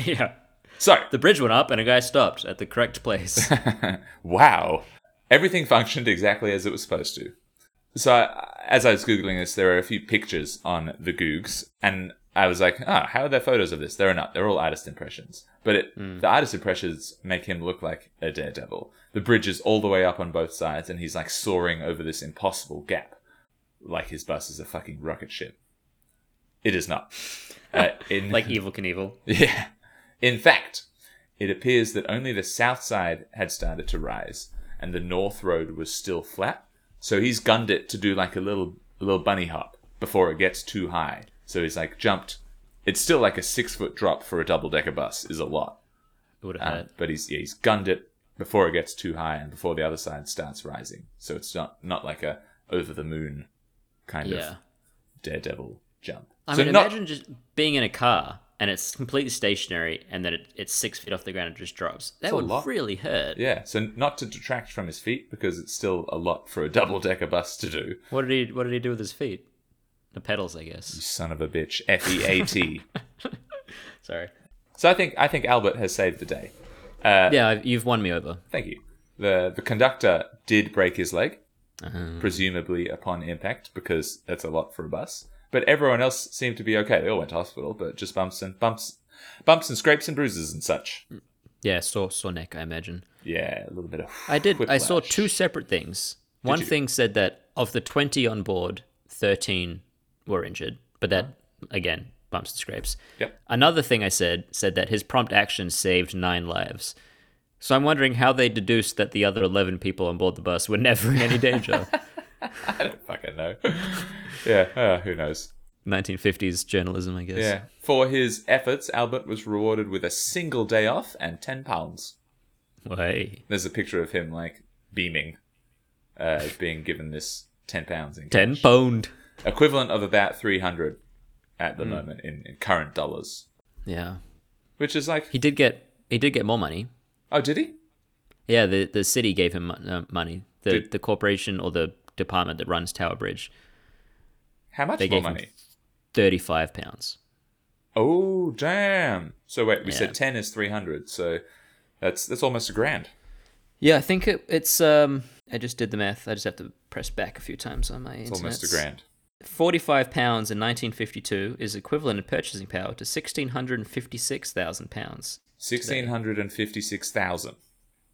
[SPEAKER 3] Yeah.
[SPEAKER 2] So,
[SPEAKER 3] The bridge went up, and a guy stopped at the correct place.
[SPEAKER 2] wow, everything functioned exactly as it was supposed to. So, I- as I was googling this, there are a few pictures on the Googs, and I was like, "Ah, how are there photos of this?" There are not. They're all artist impressions. But it, the artist impressions make him look like a daredevil. The bridge is all the way up on both sides, and he's like soaring over this impossible gap, like his bus is a fucking rocket ship. It is not. Uh, in,
[SPEAKER 3] like Evil Knievel.
[SPEAKER 2] yeah. In fact, it appears that only the south side had started to rise, and the north road was still flat. So he's gunned it to do like a little a little bunny hop before it gets too high. So he's like jumped. It's still like a six foot drop for a double decker bus is a lot,
[SPEAKER 3] It would have
[SPEAKER 2] uh,
[SPEAKER 3] hurt.
[SPEAKER 2] but he's yeah, he's gunned it before it gets too high and before the other side starts rising. So it's not not like a over the moon kind
[SPEAKER 3] Yeah.
[SPEAKER 2] of daredevil jump.
[SPEAKER 3] I
[SPEAKER 2] so
[SPEAKER 3] mean,
[SPEAKER 2] not-
[SPEAKER 3] imagine just being in a car and it's completely stationary, and then it, it's six feet off the ground and just drops. That
[SPEAKER 2] a
[SPEAKER 3] would
[SPEAKER 2] lot.
[SPEAKER 3] really hurt.
[SPEAKER 2] Yeah, so not to detract from his feet because it's still a lot for a double decker bus to do.
[SPEAKER 3] What did he What did he do with his feet? The pedals, I guess.
[SPEAKER 2] Son of a bitch, F E A T.
[SPEAKER 3] Sorry.
[SPEAKER 2] so I think I think Albert has saved the day. Uh,
[SPEAKER 3] Yeah, I- you've won me over.
[SPEAKER 2] Thank you. the The conductor did break his leg,
[SPEAKER 3] Uh-huh.
[SPEAKER 2] presumably upon impact because that's a lot for a bus. But everyone else seemed to be okay. They all went to hospital, but just bumps and bumps, bumps and scrapes and bruises and such.
[SPEAKER 3] Mm. Yeah, sore sore neck, I imagine.
[SPEAKER 2] Yeah, a little bit of.
[SPEAKER 3] I did. I saw
[SPEAKER 2] whiplash.
[SPEAKER 3] two separate things. One
[SPEAKER 2] you?
[SPEAKER 3] thing said that of the twenty on board, thirteen were injured, but that again bumps and scrapes.
[SPEAKER 2] Yep.
[SPEAKER 3] Another thing I said said that his prompt action saved nine lives. So I'm wondering how they deduced that the other eleven people on board the bus were never in any danger.
[SPEAKER 2] I don't fucking know. yeah, uh, who knows?
[SPEAKER 3] 1950s journalism, I guess.
[SPEAKER 2] Yeah. For his efforts, Albert was rewarded with a single day off and ten pounds.
[SPEAKER 3] Way.
[SPEAKER 2] There's a picture of him like beaming, uh, being given this ten pounds in
[SPEAKER 3] Ten
[SPEAKER 2] cash.
[SPEAKER 3] pound.
[SPEAKER 2] equivalent of about three hundred at
[SPEAKER 3] Hmm.
[SPEAKER 2] the moment in, in current dollars,
[SPEAKER 3] Yeah.
[SPEAKER 2] which is like,
[SPEAKER 3] He did get. He did get more money.
[SPEAKER 2] oh, did he?
[SPEAKER 3] Yeah, the the city gave him mon- uh, money. The
[SPEAKER 2] Did-
[SPEAKER 3] the corporation or the department that runs Tower Bridge,
[SPEAKER 2] How much
[SPEAKER 3] They
[SPEAKER 2] more
[SPEAKER 3] gave him-
[SPEAKER 2] money?
[SPEAKER 3] thirty five pounds.
[SPEAKER 2] Oh, damn! So wait, we
[SPEAKER 3] Yeah.
[SPEAKER 2] said ten is three hundred, so that's that's almost a grand.
[SPEAKER 3] Yeah, I think it, it's. Um, I just did the math. I just have to press back a few times on my.
[SPEAKER 2] It's almost a grand.
[SPEAKER 3] Forty five pounds in nineteen fifty two is equivalent in purchasing power to sixteen hundred and fifty six thousand pounds
[SPEAKER 2] Sixteen hundred and fifty-six thousand.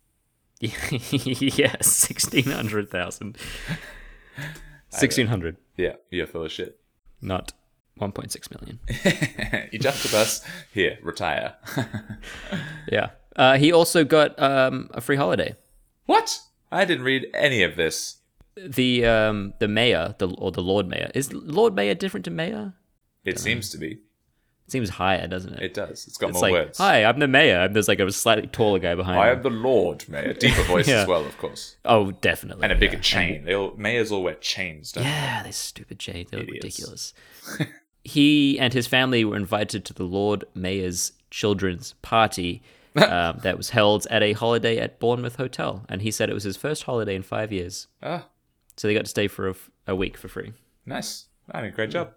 [SPEAKER 3] yeah, 1600,000. 1600,
[SPEAKER 2] Yeah, you're full of shit.
[SPEAKER 3] not 1.6 million.
[SPEAKER 2] you jumped the bus. Here, retire.
[SPEAKER 3] Yeah. Uh, he also got um, a free holiday.
[SPEAKER 2] what? I didn't read any of this.
[SPEAKER 3] The um, the mayor, the or the Lord Mayor. Is Lord Mayor different to mayor?
[SPEAKER 2] It seems to be.
[SPEAKER 3] It seems higher, doesn't it?
[SPEAKER 2] It does. It's got
[SPEAKER 3] it's
[SPEAKER 2] more
[SPEAKER 3] like,
[SPEAKER 2] words.
[SPEAKER 3] hi, I'm the mayor. And there's like a slightly taller guy behind
[SPEAKER 2] I
[SPEAKER 3] him.
[SPEAKER 2] am the Lord Mayor. Deeper voice
[SPEAKER 3] Yeah.
[SPEAKER 2] as well, of course.
[SPEAKER 3] Oh, definitely.
[SPEAKER 2] And a bigger
[SPEAKER 3] yeah.
[SPEAKER 2] chain. They all, mayors all wear chains, don't
[SPEAKER 3] Yeah, they stupid Jade. They look
[SPEAKER 2] Idiots.
[SPEAKER 3] ridiculous. he and his family were invited to the Lord Mayor's children's party um, that was held at a holiday at Bournemouth Hotel. And he said it was his first holiday in five years.
[SPEAKER 2] they? Ah,
[SPEAKER 3] So they got to stay for a, f- a week for free.
[SPEAKER 2] nice. I mean, great job.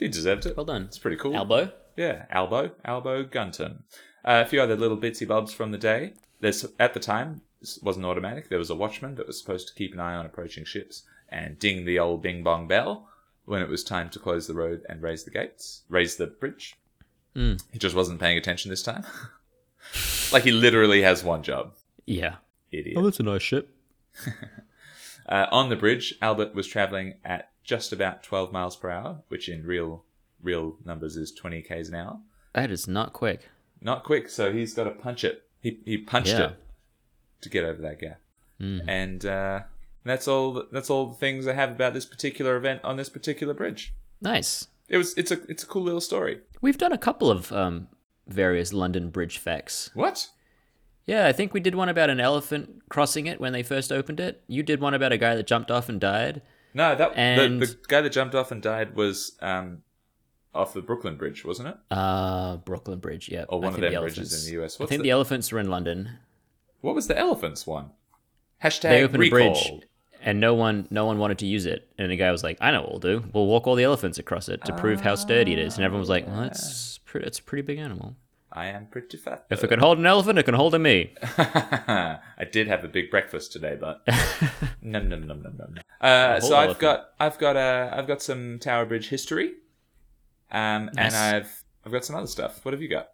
[SPEAKER 2] You deserved it.
[SPEAKER 3] Well done.
[SPEAKER 2] It's pretty cool.
[SPEAKER 3] Albo?
[SPEAKER 2] Yeah, Albo, Albo Gunton. Uh, a few other little bitsy bobs from the day. There's at the time this wasn't automatic. There was a watchman that was supposed to keep an eye on approaching ships and ding the old bing bong bell when it was time to close the road and raise the gates, raise the bridge. He just wasn't paying attention this time. like he literally has one job.
[SPEAKER 3] Yeah.
[SPEAKER 2] Idiot.
[SPEAKER 3] Oh, that's a nice ship.
[SPEAKER 2] Uh, on the bridge, Albert was traveling at just about 12 miles per hour, which in real real numbers is 20 k's an hour.
[SPEAKER 3] That is not quick.
[SPEAKER 2] not quick, so he's got to punch it. He he punched
[SPEAKER 3] Yeah. Mm-hmm.
[SPEAKER 2] it to get over that gap, and uh, that's all. That's all the things I have about this particular event on this particular bridge.
[SPEAKER 3] Nice.
[SPEAKER 2] It was it's a it's a cool little story.
[SPEAKER 3] We've done a couple of um, various London bridge facts.
[SPEAKER 2] What?
[SPEAKER 3] Yeah, I think we did one about an elephant crossing it when they first opened it. You did one about a guy that jumped off and died.
[SPEAKER 2] No, that
[SPEAKER 3] And-
[SPEAKER 2] the, the guy that jumped off and died was um off the Brooklyn Bridge, wasn't it?
[SPEAKER 3] Uh, Brooklyn Bridge, yeah.
[SPEAKER 2] Or Oh, one
[SPEAKER 3] I
[SPEAKER 2] of
[SPEAKER 3] think
[SPEAKER 2] them bridges in the US.
[SPEAKER 3] I
[SPEAKER 2] What's
[SPEAKER 3] think
[SPEAKER 2] the-
[SPEAKER 3] the elephants were in London.
[SPEAKER 2] What was the elephants one? Hashtag
[SPEAKER 3] They opened
[SPEAKER 2] recall.
[SPEAKER 3] a bridge, and no one, no one wanted to use it. And the guy was like, "I know what we'll do. We'll walk all the elephants across it to prove how sturdy it is." And everyone was like, "Well, that's pretty, that's a pretty big animal.
[SPEAKER 2] I am pretty fat.
[SPEAKER 3] If it can hold an elephant, it can hold a me."
[SPEAKER 2] I did have a big breakfast today, but num num num num num. Uh, so I've
[SPEAKER 3] elephant.
[SPEAKER 2] got I've got uh, I've got some Tower Bridge history, um,
[SPEAKER 3] Nice.
[SPEAKER 2] and I've I've got some other stuff. What have you got?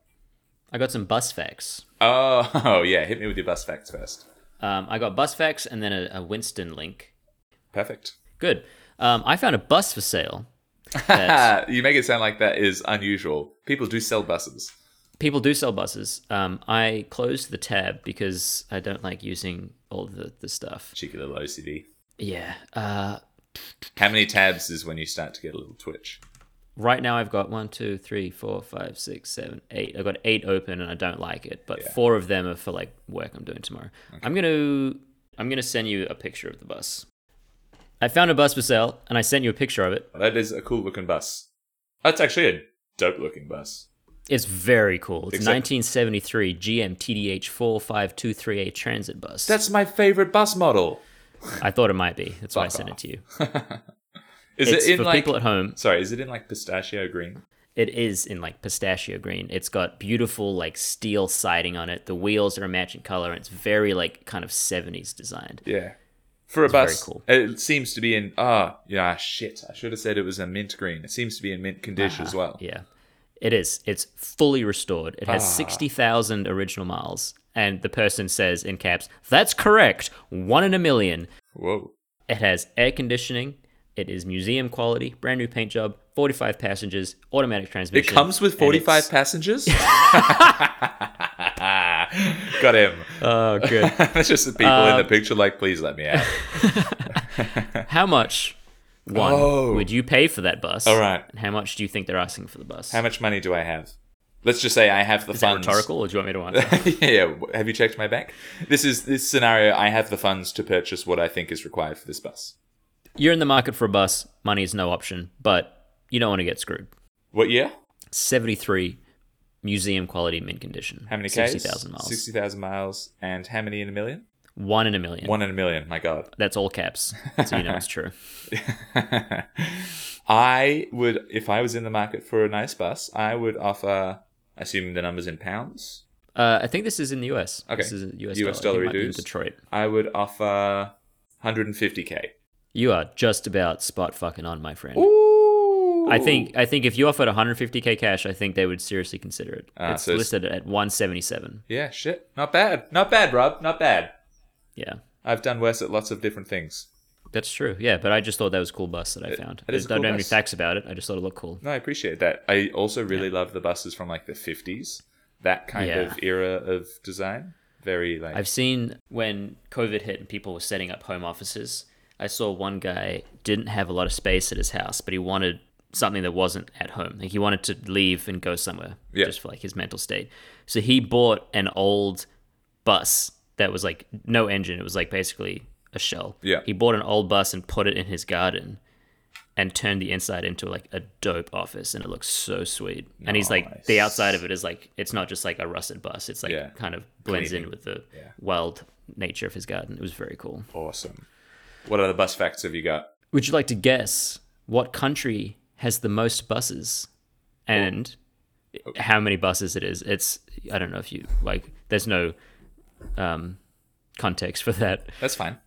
[SPEAKER 3] I got some bus facts.
[SPEAKER 2] Oh, oh yeah, hit me with your bus facts first.
[SPEAKER 3] Um, I got bus facts and then a, a Winston link.
[SPEAKER 2] Perfect.
[SPEAKER 3] Good. Um, I found a bus for sale. that-
[SPEAKER 2] Ah, you make it sound like that is unusual. People do sell buses.
[SPEAKER 3] people do sell buses. Um, I closed the tab because I don't like using all the, the stuff.
[SPEAKER 2] Cheeky little OCD.
[SPEAKER 3] Yeah. Uh,
[SPEAKER 2] How many tabs is when you start to get a little twitch?
[SPEAKER 3] right now I've got one, two, three, four, five, six, seven, eight. I've got eight open and I don't like it, but four of them are for like work I'm doing tomorrow. I'm gonna I'm gonna send you a picture of the bus. I found a bus for sale and I sent you a picture of it.
[SPEAKER 2] Oh, That is a cool looking bus. That's actually a dope looking bus.
[SPEAKER 3] It's very cool. It's
[SPEAKER 2] Except-
[SPEAKER 3] 1973 GM TDH 45238 transit bus.
[SPEAKER 2] That's my favorite bus model.
[SPEAKER 3] I thought it might be. That's why I
[SPEAKER 2] Fuck
[SPEAKER 3] sent
[SPEAKER 2] off.
[SPEAKER 3] it to you.
[SPEAKER 2] Is
[SPEAKER 3] it's
[SPEAKER 2] it in
[SPEAKER 3] for
[SPEAKER 2] like
[SPEAKER 3] people at home.
[SPEAKER 2] Sorry, is it in like pistachio green?
[SPEAKER 3] It is in like pistachio green. It's got beautiful like steel siding on it. The wheels are a matching color. And it's very like kind of seventies designed.
[SPEAKER 2] Yeah. For a
[SPEAKER 3] very
[SPEAKER 2] bus,
[SPEAKER 3] cool.
[SPEAKER 2] it seems to be in ah yeah shit. I should have said it was a mint green. It seems to be in mint condition as well.
[SPEAKER 3] Ah,
[SPEAKER 2] Ah.
[SPEAKER 3] Yeah, it is. It's fully restored. It has sixty thousand original miles. And the person says in caps, "That's correct. One in a million.
[SPEAKER 2] Whoa,
[SPEAKER 3] It has air conditioning. It is museum quality. Brand new paint job. Forty-five passengers. Automatic
[SPEAKER 2] it
[SPEAKER 3] transmission.
[SPEAKER 2] comes with
[SPEAKER 3] and
[SPEAKER 2] forty five
[SPEAKER 3] it's-
[SPEAKER 2] passengers. Got him.
[SPEAKER 3] oh, good.
[SPEAKER 2] That's just the people in
[SPEAKER 3] um,
[SPEAKER 2] the picture. Like, please let me out.
[SPEAKER 3] How much? One
[SPEAKER 2] Oh.
[SPEAKER 3] would you pay for that bus?
[SPEAKER 2] All right.
[SPEAKER 3] And how much do you think they're asking for the bus?
[SPEAKER 2] How much money do I have? Let's just say I have the
[SPEAKER 3] Is that
[SPEAKER 2] funds.
[SPEAKER 3] rhetorical, or do you want me to answer?
[SPEAKER 2] yeah, have you checked my bank? This is this scenario. I have the funds to purchase what I think is required for this bus.
[SPEAKER 3] You're in the market for a bus. Money is no option, but you don't want to get screwed.
[SPEAKER 2] What year?
[SPEAKER 3] 73 museum quality mint condition.
[SPEAKER 2] How many Ks?
[SPEAKER 3] 60,000 miles.
[SPEAKER 2] Sixty thousand miles, and how many in a million?
[SPEAKER 3] One in a million.
[SPEAKER 2] One in a million. My God.
[SPEAKER 3] That's all caps, so you know it's true.
[SPEAKER 2] I would, if I was in the market for a nice bus, I would offer, assuming the numbers in pounds,
[SPEAKER 3] Uh, I think this is in the US.
[SPEAKER 2] Okay.
[SPEAKER 3] This is a US,
[SPEAKER 2] US
[SPEAKER 3] dollar.
[SPEAKER 2] dollar
[SPEAKER 3] It might be in
[SPEAKER 2] dues.
[SPEAKER 3] Detroit.
[SPEAKER 2] I would offer 150k.
[SPEAKER 3] You are just about spot fucking on, my friend.
[SPEAKER 2] Ooh,
[SPEAKER 3] I think I think if you offered 150k cash, I think they would seriously consider it.
[SPEAKER 2] Ah,
[SPEAKER 3] it's
[SPEAKER 2] so it's-
[SPEAKER 3] listed at 177.
[SPEAKER 2] Yeah, shit. Not bad. Not bad, Rob. Not bad.
[SPEAKER 3] Yeah,
[SPEAKER 2] I've done worse at lots of different things.
[SPEAKER 3] that's true. Yeah, but I just thought that was a cool bus that I found.
[SPEAKER 2] it is a
[SPEAKER 3] I don't
[SPEAKER 2] cool
[SPEAKER 3] have any
[SPEAKER 2] bus.
[SPEAKER 3] facts about it. I just thought it looked cool.
[SPEAKER 2] No, I appreciate that. I also really love the buses from like the 50s, that kind
[SPEAKER 3] Yeah.
[SPEAKER 2] of era of design. Very like.
[SPEAKER 3] I've seen when COVID hit and people were setting up home offices. I saw one guy didn't have a lot of space at his house, but he wanted something that wasn't at home. Like he wanted to leave and go somewhere
[SPEAKER 2] Yeah.
[SPEAKER 3] just for like his mental state. So he bought an old bus that was like no engine. It was like basically a shell.
[SPEAKER 2] Yeah.
[SPEAKER 3] He bought an old bus and put it in his garden and turned the inside into like a dope office and it looks so sweet. And he's like the
[SPEAKER 2] Nice.
[SPEAKER 3] outside of it is like it's not just like a rusted bus. It's like
[SPEAKER 2] Yeah.
[SPEAKER 3] kind of blends
[SPEAKER 2] Cleaning.
[SPEAKER 3] in with the
[SPEAKER 2] Yeah.
[SPEAKER 3] wild nature of his garden. It was very cool.
[SPEAKER 2] awesome. What other bus facts have you got?
[SPEAKER 3] Would you like to guess what country has the most buses and how many buses it is? It's I don't know if you like. There's no um, context for that.
[SPEAKER 2] That's fine.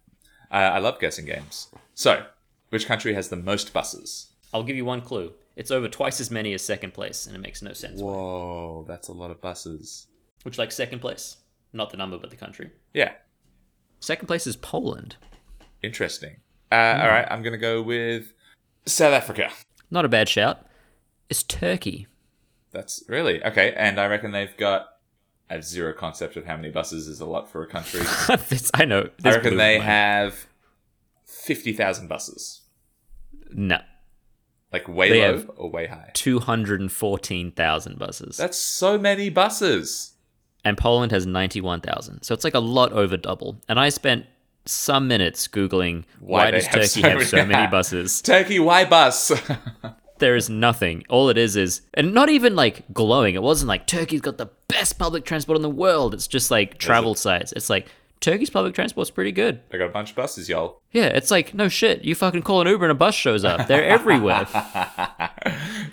[SPEAKER 2] Uh, I love guessing games. So, which country has the most buses?
[SPEAKER 3] I'll give you one clue. It's over twice as many as second place, and it makes no sense.
[SPEAKER 2] Whoa, that's a lot of buses.
[SPEAKER 3] Would you like second place? Not the number, but the country.
[SPEAKER 2] Yeah,
[SPEAKER 3] Second place is Poland.
[SPEAKER 2] interesting. Uh,
[SPEAKER 3] Hmm.
[SPEAKER 2] All right, I'm going to go with South Africa.
[SPEAKER 3] Not a bad shout. It's Turkey.
[SPEAKER 2] That's really okay. And I reckon they've got. I have zero concept of how many buses is a lot for a country.
[SPEAKER 3] This- I know.
[SPEAKER 2] I
[SPEAKER 3] this
[SPEAKER 2] reckon
[SPEAKER 3] blew
[SPEAKER 2] they
[SPEAKER 3] my-
[SPEAKER 2] have fifty thousand buses,
[SPEAKER 3] no
[SPEAKER 2] like way
[SPEAKER 3] They
[SPEAKER 2] low
[SPEAKER 3] have-
[SPEAKER 2] or way high.
[SPEAKER 3] two hundred and fourteen thousand buses,
[SPEAKER 2] That's so many buses.
[SPEAKER 3] and Poland has ninety one thousand. So it's like a lot over double. And I spent some minutes googling
[SPEAKER 2] Why
[SPEAKER 3] why,
[SPEAKER 2] they
[SPEAKER 3] does
[SPEAKER 2] have
[SPEAKER 3] Turkey
[SPEAKER 2] so
[SPEAKER 3] have
[SPEAKER 2] many-
[SPEAKER 3] so many buses.
[SPEAKER 2] Turkey, why bus?
[SPEAKER 3] There is nothing. All it is is, and not even like glowing. It wasn't like Turkey's got the best public transport in the world. It's just like travel sites. It's like Turkey's public transport's pretty good.
[SPEAKER 2] I got a bunch of buses, y'all.
[SPEAKER 3] Yeah, it's like no shit. You fucking call an Uber and a bus shows up. They're everywhere.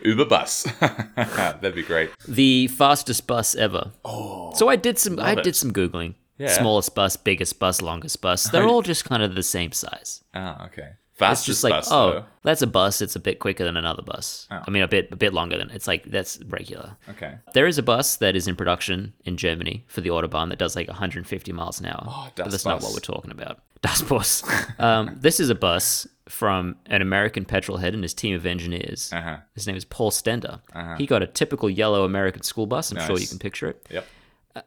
[SPEAKER 2] Uber bus. That'd be great.
[SPEAKER 3] the fastest bus ever. Oh, so I did some. I
[SPEAKER 2] it.
[SPEAKER 3] did some googling.
[SPEAKER 2] Yeah.
[SPEAKER 3] Smallest bus, biggest bus, longest bus. They're all just kind of the same size.
[SPEAKER 2] Oh, okay.
[SPEAKER 3] Ah, It's
[SPEAKER 2] Fastest
[SPEAKER 3] just like,
[SPEAKER 2] bus,
[SPEAKER 3] oh,
[SPEAKER 2] though. Oh.
[SPEAKER 3] that's a bus. It's a bit quicker than another bus. I mean, a bit, a bit longer than. It's like that's regular.
[SPEAKER 2] Okay.
[SPEAKER 3] There is a bus that is in production in Germany for the autobahn that does like 150 miles an hour.
[SPEAKER 2] Oh,
[SPEAKER 3] but
[SPEAKER 2] Das
[SPEAKER 3] that's not
[SPEAKER 2] Bus.
[SPEAKER 3] what we're talking about. Das Bus. um, this is a bus from an American petrolhead and his team of engineers.
[SPEAKER 2] Uh-huh.
[SPEAKER 3] His name is Paul Stender. He got a typical yellow American school bus. I'm sure
[SPEAKER 2] Nice.
[SPEAKER 3] you can picture it. Uh,
[SPEAKER 2] Yep.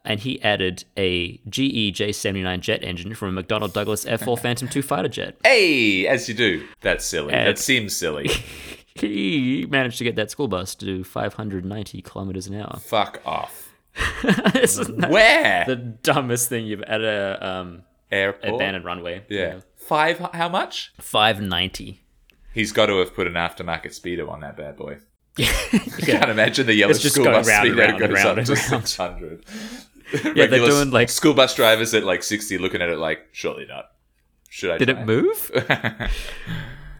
[SPEAKER 3] And he added a GE J79 jet engine from a McDonnell Douglas F4 Phantom II fighter jet.
[SPEAKER 2] Hey, as you do. That's silly.
[SPEAKER 3] And-
[SPEAKER 2] that seems silly.
[SPEAKER 3] He managed to get that school bus to do 590 kilometers an hour.
[SPEAKER 2] Fuck off.
[SPEAKER 3] Isn't that
[SPEAKER 2] Where?
[SPEAKER 3] the dumbest thing you've at a um,
[SPEAKER 2] airport.
[SPEAKER 3] abandoned runway.
[SPEAKER 2] Yeah. Five. How much?
[SPEAKER 3] five ninety.
[SPEAKER 2] He's got to have put an aftermarket speedo on that bad boy. I can't imagine the yellow
[SPEAKER 3] It's just
[SPEAKER 2] school
[SPEAKER 3] going
[SPEAKER 2] bus
[SPEAKER 3] round and
[SPEAKER 2] speedo
[SPEAKER 3] round and
[SPEAKER 2] goes
[SPEAKER 3] round
[SPEAKER 2] up
[SPEAKER 3] and
[SPEAKER 2] to
[SPEAKER 3] round.
[SPEAKER 2] six hundred.
[SPEAKER 3] Yeah, they're doing like.
[SPEAKER 2] school bus drivers at like sixty, looking at it like, surely not. Should I?
[SPEAKER 3] Did
[SPEAKER 2] try?
[SPEAKER 3] it move?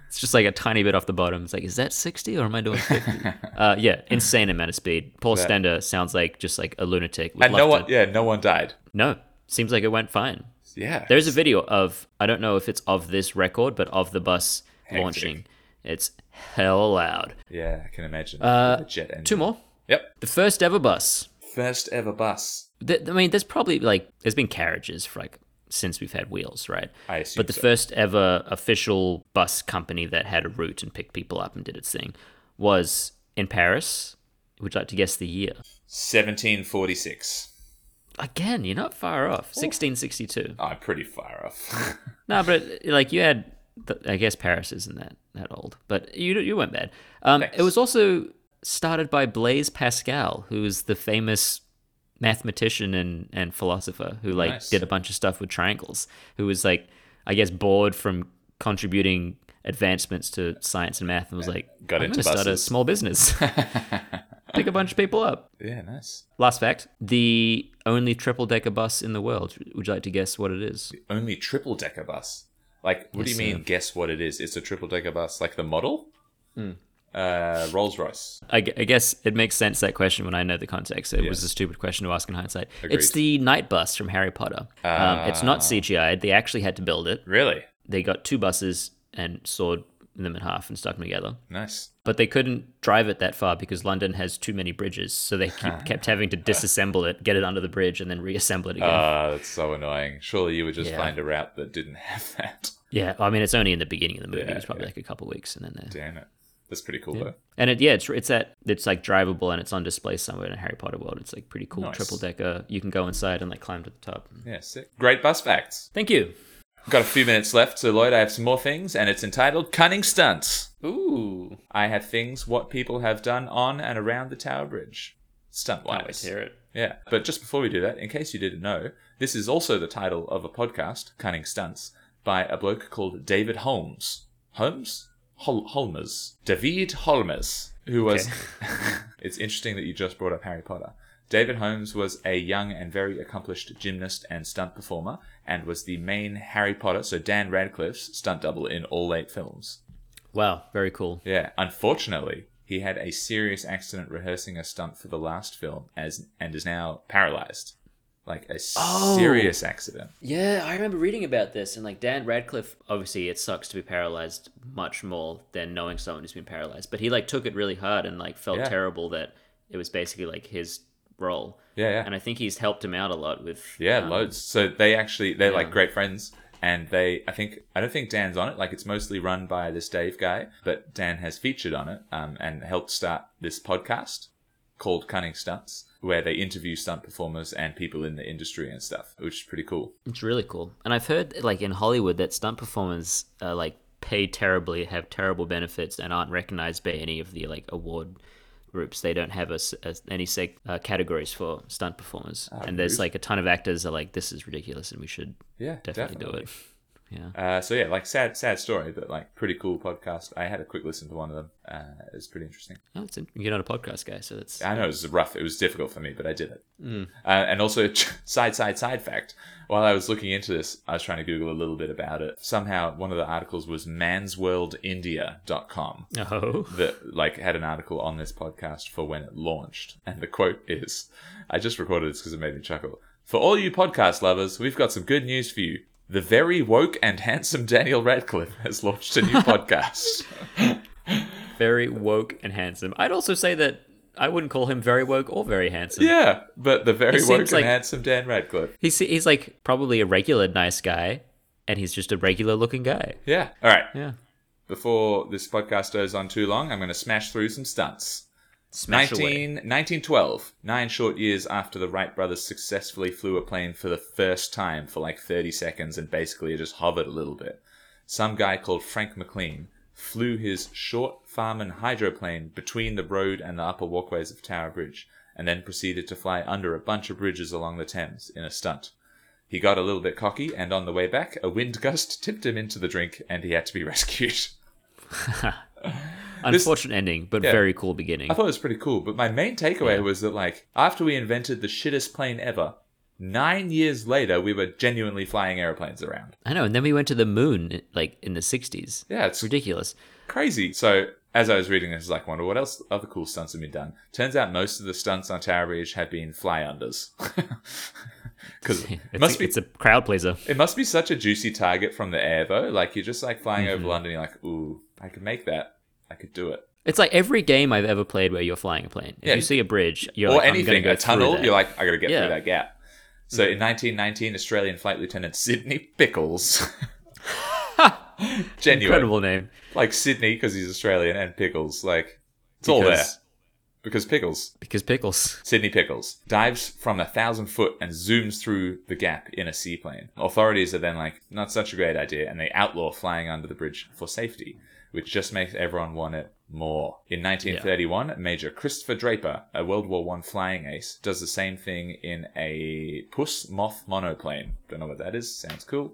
[SPEAKER 3] it's just like a tiny bit off the bottom. It's like, is that sixty or am I doing fifty? uh, yeah, insane amount of speed. Paul Stender sounds like just like a lunatic. Would
[SPEAKER 2] and no
[SPEAKER 3] love
[SPEAKER 2] one.
[SPEAKER 3] to-
[SPEAKER 2] Yeah, no one died.
[SPEAKER 3] No, seems like it went fine.
[SPEAKER 2] Yeah.
[SPEAKER 3] There's a video of I don't know if it's of this record, but of the bus launching. It's hell loud.
[SPEAKER 2] yeah, I can imagine. The jet engine.
[SPEAKER 3] Uh, Two more.
[SPEAKER 2] Yep.
[SPEAKER 3] The first ever bus.
[SPEAKER 2] First ever bus.
[SPEAKER 3] Th- I mean, there's probably like there's been carriages for like since we've had wheels, right?
[SPEAKER 2] I assume
[SPEAKER 3] But the
[SPEAKER 2] so.
[SPEAKER 3] first ever official bus company that had a route and picked people up and did its thing was in Paris. Would you like to guess the year?
[SPEAKER 2] 1746.
[SPEAKER 3] Again, you're not far off. 1662.
[SPEAKER 2] I'm pretty far off.
[SPEAKER 3] No, but like you had, th I guess Paris isn't that that old, but you you weren't bad. Um,
[SPEAKER 2] Thanks.
[SPEAKER 3] it was also started by Blaise Pascal, who is the famous mathematician and and philosopher who like
[SPEAKER 2] Nice.
[SPEAKER 3] did a bunch of stuff with triangles. Who was like, I guess, bored from contributing advancements to science and math, and was like,
[SPEAKER 2] Got
[SPEAKER 3] I'm
[SPEAKER 2] into
[SPEAKER 3] gonna start a
[SPEAKER 2] buses."
[SPEAKER 3] small business, pick a bunch of people up.
[SPEAKER 2] yeah, nice.
[SPEAKER 3] Last fact: the only triple decker bus in the world. Would you like to guess what it is?
[SPEAKER 2] Only triple decker bus. Like, what
[SPEAKER 3] Yes,
[SPEAKER 2] do you mean?
[SPEAKER 3] sir.
[SPEAKER 2] Guess what it is? It's a triple decker bus, like the model.
[SPEAKER 3] Hmm.
[SPEAKER 2] Uh, Rolls Royce.
[SPEAKER 3] I, gu- I guess it makes sense that question when I know the context. It was
[SPEAKER 2] Yes.
[SPEAKER 3] a stupid question to ask in hindsight. It's
[SPEAKER 2] Agreed. Ah.
[SPEAKER 3] the night bus from Harry Potter. um, it's not CGI. They actually had to build it.
[SPEAKER 2] Really?
[SPEAKER 3] They got two buses and sawed them in half and stuck them together.
[SPEAKER 2] Nice.
[SPEAKER 3] But they couldn't drive it that far because London has too many bridges, so they keep, kept having to disassemble it, get it under the bridge, and then reassemble it again.
[SPEAKER 2] Ah, that's so annoying. Surely you would just
[SPEAKER 3] Yeah.
[SPEAKER 2] find a route that didn't have that.
[SPEAKER 3] yeah, I mean it's only in the beginning of the movie.
[SPEAKER 2] Yeah,
[SPEAKER 3] it's probably
[SPEAKER 2] yeah.
[SPEAKER 3] like a couple weeks, and then they're
[SPEAKER 2] Damn it. That's pretty cool, though.
[SPEAKER 3] And it, yeah, it's it's that it's like drivable and it's on display somewhere in a Harry Potter world. It's like pretty cool
[SPEAKER 2] Nice.
[SPEAKER 3] triple decker. You can go inside and like climb to the top.
[SPEAKER 2] Yeah, sick. Great bus facts.
[SPEAKER 3] Thank you.
[SPEAKER 2] Got a few minutes left, so Lloyd, I have some more things, and it's entitled Cunning Stunts.
[SPEAKER 3] Ooh,
[SPEAKER 2] I have things what people have done on and around the Tower Bridge. Stunt wise.
[SPEAKER 3] can't wait to hear it.
[SPEAKER 2] Yeah, but just before we do that, in case you didn't know, this is also the title of a podcast, Cunning Stunts, by a bloke called David Holmes. Holmes? Hol- Holmes. David Holmes, who was. it's interesting that you just brought up Harry Potter. David Holmes was a young and very accomplished gymnast and stunt performer, and was the main Harry Potter, so Dan Radcliffe's stunt double in all eight films.
[SPEAKER 3] Wow, very cool.
[SPEAKER 2] Yeah, unfortunately, he had a serious accident rehearsing a stunt for the last film as and is now paralyzed. Like a
[SPEAKER 3] Oh.
[SPEAKER 2] serious accident.
[SPEAKER 3] Yeah, I remember reading about this and like Dan Radcliffe. Obviously, it sucks to be paralyzed much more than knowing someone who's been paralyzed. But he like took it really hard and like felt
[SPEAKER 2] Yeah.
[SPEAKER 3] terrible that it was basically like his role.
[SPEAKER 2] Yeah, yeah.
[SPEAKER 3] And I think he's helped him out a lot with
[SPEAKER 2] yeah,
[SPEAKER 3] um,
[SPEAKER 2] loads. So they actually they're like
[SPEAKER 3] yeah.
[SPEAKER 2] great friends and they I think I don't think Dan's on it. Like it's mostly run by this Dave guy, but Dan has featured on it um, and helped start this podcast called Cunning Stunts, where they interview stunt performers and people in the industry and stuff, which is pretty cool.
[SPEAKER 3] It's really cool. And I've heard, like, in Hollywood, that stunt performers are, like, paid terribly, have terrible benefits, and aren't recognized by any of the, like, award groups. They don't have a s a any seg- uh, categories for stunt performers. and there's,
[SPEAKER 2] rude.
[SPEAKER 3] like, a ton of actors are like, this is ridiculous, and we should
[SPEAKER 2] Yeah,
[SPEAKER 3] definitely, do it. Yeah.
[SPEAKER 2] Uh, so yeah, like sad, sad story, but like pretty cool podcast. I had a quick listen to one of them. Uh, it was pretty interesting.
[SPEAKER 3] Oh, it's in- you're not a podcast guy, so that's.
[SPEAKER 2] I know it was rough. It was difficult for me, but I did it. Uh, and also, side, side, side fact. While I was looking into this, I was trying to Google a little bit about it. Somehow, one of the articles was mansworldindia.com
[SPEAKER 3] Oh.
[SPEAKER 2] that like had an article on this podcast for when it launched, and the quote is, "I just recorded this because it made me chuckle." For all you podcast lovers, we've got some good news for you. The very woke and handsome Daniel Radcliffe has launched a new podcast.
[SPEAKER 3] Very woke and handsome. I'd also say that I wouldn't call him very woke or very handsome.
[SPEAKER 2] Yeah, but the very
[SPEAKER 3] He
[SPEAKER 2] woke
[SPEAKER 3] seems
[SPEAKER 2] and
[SPEAKER 3] like-
[SPEAKER 2] handsome Dan Radcliffe.
[SPEAKER 3] He's, he's, like, probably a regular nice guy, and he's just a regular looking guy.
[SPEAKER 2] Yeah. All right.
[SPEAKER 3] Yeah.
[SPEAKER 2] Before this podcast goes on too long, I'm going to smash through some stunts.
[SPEAKER 3] Smash
[SPEAKER 2] 19,
[SPEAKER 3] away.
[SPEAKER 2] 1912, nine short years after the Wright brothers successfully flew a plane for the first time for like 30 seconds and basically just hovered a little bit, some guy called Frank McLean flew his short Farman hydroplane between the road and the upper walkways of Tower Bridge, and then proceeded to fly under a bunch of bridges along the Thames in a stunt. He got a little bit cocky, and on the way back, a wind gust tipped him into the drink, and he had to be rescued.
[SPEAKER 3] Unfortunate ending, but
[SPEAKER 2] Yeah.
[SPEAKER 3] very cool beginning.
[SPEAKER 2] I thought it was pretty cool, but my main takeaway was that, like, after we invented the shittest plane ever, nine years later, we were genuinely flying airplanes around.
[SPEAKER 3] I know, and then we went to the moon like in the '60s.
[SPEAKER 2] Yeah, it's
[SPEAKER 3] Ridiculous.
[SPEAKER 2] crazy. So, as I was reading this, I was like, wonder what else other cool stunts have been done. Turns out most of the stunts on Tower Bridge have been fly unders. Because
[SPEAKER 3] It's,
[SPEAKER 2] it must
[SPEAKER 3] a,
[SPEAKER 2] be
[SPEAKER 3] it's a crowd pleaser.
[SPEAKER 2] It must be such a juicy target from the air, though. Like you're just like
[SPEAKER 3] Mm-hmm.
[SPEAKER 2] flying over London. You're like, ooh, I could make that. I could do it.
[SPEAKER 3] It's like every game I've ever played where you're flying a plane. If
[SPEAKER 2] Yeah.
[SPEAKER 3] you see a bridge, you're
[SPEAKER 2] or
[SPEAKER 3] like, I'm
[SPEAKER 2] anything,
[SPEAKER 3] gonna
[SPEAKER 2] a
[SPEAKER 3] go through
[SPEAKER 2] tunnel.
[SPEAKER 3] that.
[SPEAKER 2] You're like, I gotta get
[SPEAKER 3] Yeah.
[SPEAKER 2] through that gap. So in 1919, Australian Flight Lieutenant Sydney Pickles. Genuine,
[SPEAKER 3] incredible name.
[SPEAKER 2] like Sydney because he's Australian and Pickles. Like it's all there
[SPEAKER 3] Because-
[SPEAKER 2] because Pickles.
[SPEAKER 3] because pickles.
[SPEAKER 2] Sydney Pickles dives from a thousand foot and zooms through the gap in a seaplane. Authorities are then like, not such a great idea, and they outlaw flying under the bridge for safety, which just makes everyone want it more. In 1931, Major Christopher Draper, a World War One flying ace, does the same thing in a puss moth monoplane. Don't know what that is, sounds cool.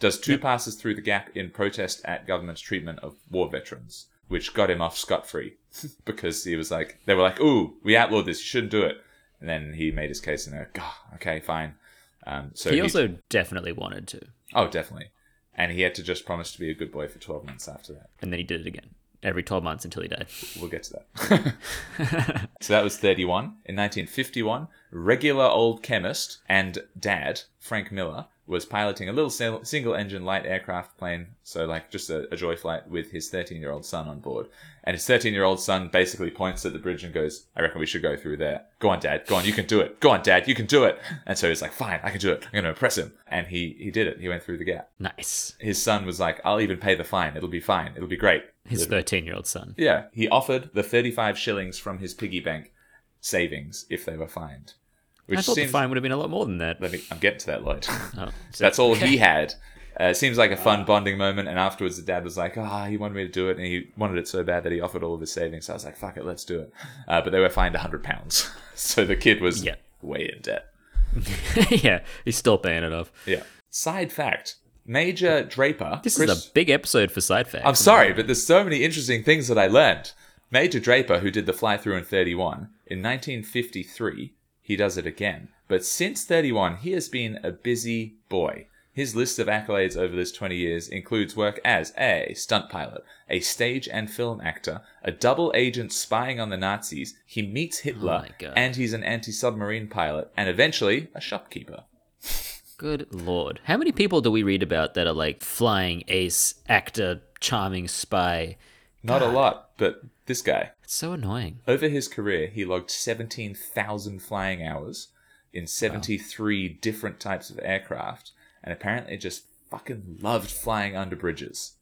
[SPEAKER 2] Does two passes through the gap in protest at government's treatment of war veterans, which got him off scot free because he was like, they were like, ooh, we outlawed this, you shouldn't do it. And then he made his case and they're like, "Gah, okay, fine. Um, so
[SPEAKER 3] He also definitely wanted to,
[SPEAKER 2] oh, definitely. And he had to just promise to be a good boy for 12 months after that.
[SPEAKER 3] and then he did it again every 12 months until he died.
[SPEAKER 2] We'll get to that. so that was 31. In 1951, regular old chemist and dad, Frank Miller, was piloting a little single engine light aircraft plane, so like just a, a joy flight with his 13 year old son on board. And his 13 year old son basically points at the bridge and goes, I reckon we should go through there. Go on, dad. Go on. You can do it. Go on, dad. You can do it. And so he's like, fine, I can do it. I'm going to impress him. And he, he did it. He went through the gap.
[SPEAKER 3] Nice.
[SPEAKER 2] His son was like, I'll even pay the fine. It'll be fine. It'll be great.
[SPEAKER 3] His 13 year old son.
[SPEAKER 2] Yeah. He offered the 35 shillings from his piggy bank savings if they were fined. Which
[SPEAKER 3] I thought the fine would have been a lot more than that.
[SPEAKER 2] let me, I'm getting to that, Lloyd.
[SPEAKER 3] Oh, so-
[SPEAKER 2] That's all he had. Uh, it seems like a fun bonding moment. And afterwards, the dad was like, ah, he wanted me to do it. And he wanted it so bad that he offered all of his savings. So I was like, fuck it, let's do it. Uh, but they were fined £100. so the kid was
[SPEAKER 3] Yeah.
[SPEAKER 2] way in debt.
[SPEAKER 3] yeah, he's still paying it off.
[SPEAKER 2] Yeah. Side fact Major Draper.
[SPEAKER 3] This
[SPEAKER 2] Chris-
[SPEAKER 3] is a big episode for side facts.
[SPEAKER 2] I'm sorry, but there's so many interesting things that I learned. Major Draper, who did the fly through in 31, in 1953, he does it again. But since 31, he has been a busy boy. His list of accolades over this 20 years includes work as a stunt pilot, a stage and film actor, a double agent spying on the Nazis, he meets Hitler,
[SPEAKER 3] Oh my God.
[SPEAKER 2] and he's an anti submarine pilot, and eventually a shopkeeper.
[SPEAKER 3] Good lord. How many people do we read about that are like flying ace, actor, charming spy?
[SPEAKER 2] Not a lot, but this guy.
[SPEAKER 3] It's so annoying.
[SPEAKER 2] Over his career, he logged 17,000 flying hours in 73 different types of aircraft and apparently just fucking loved flying under bridges,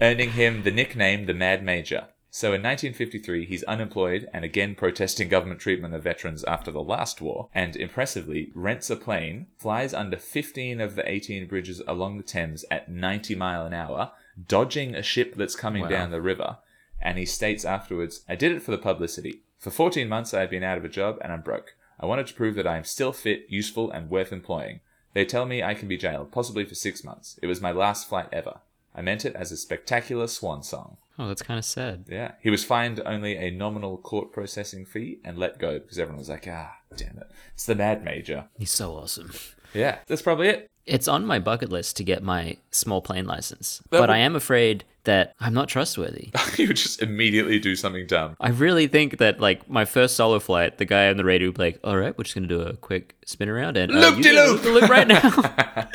[SPEAKER 2] earning him the nickname the Mad Major. So in 1953, he's unemployed and again protesting government treatment of veterans after the last war, and impressively rents a plane, flies under 15 of the 18 bridges along the Thames at 90 mile an hour, dodging a ship that's coming
[SPEAKER 3] Wow.
[SPEAKER 2] down the river. And he states afterwards, I did it for the publicity. For 14 months, I have been out of a job and I'm broke. I wanted to prove that I am still fit, useful, and worth employing. They tell me I can be jailed, possibly for six months. It was my last flight ever. I meant it as a spectacular swan song.
[SPEAKER 3] Oh, that's kind of sad.
[SPEAKER 2] Yeah. He was fined only a nominal court processing fee and let go because everyone was like, ah, damn it. It's the mad major.
[SPEAKER 3] He's so awesome.
[SPEAKER 2] Yeah. That's probably it.
[SPEAKER 3] It's on my bucket list to get my small plane license,
[SPEAKER 2] That
[SPEAKER 3] but
[SPEAKER 2] would-
[SPEAKER 3] I am afraid that I'm not trustworthy.
[SPEAKER 2] you would just immediately do something dumb.
[SPEAKER 3] I really think that, like, my first solo flight, the guy on the radio would be like, all right, we're just going to do a quick spin around and uh, you do
[SPEAKER 2] Loop-de-loop."
[SPEAKER 3] loop-de-loop right now.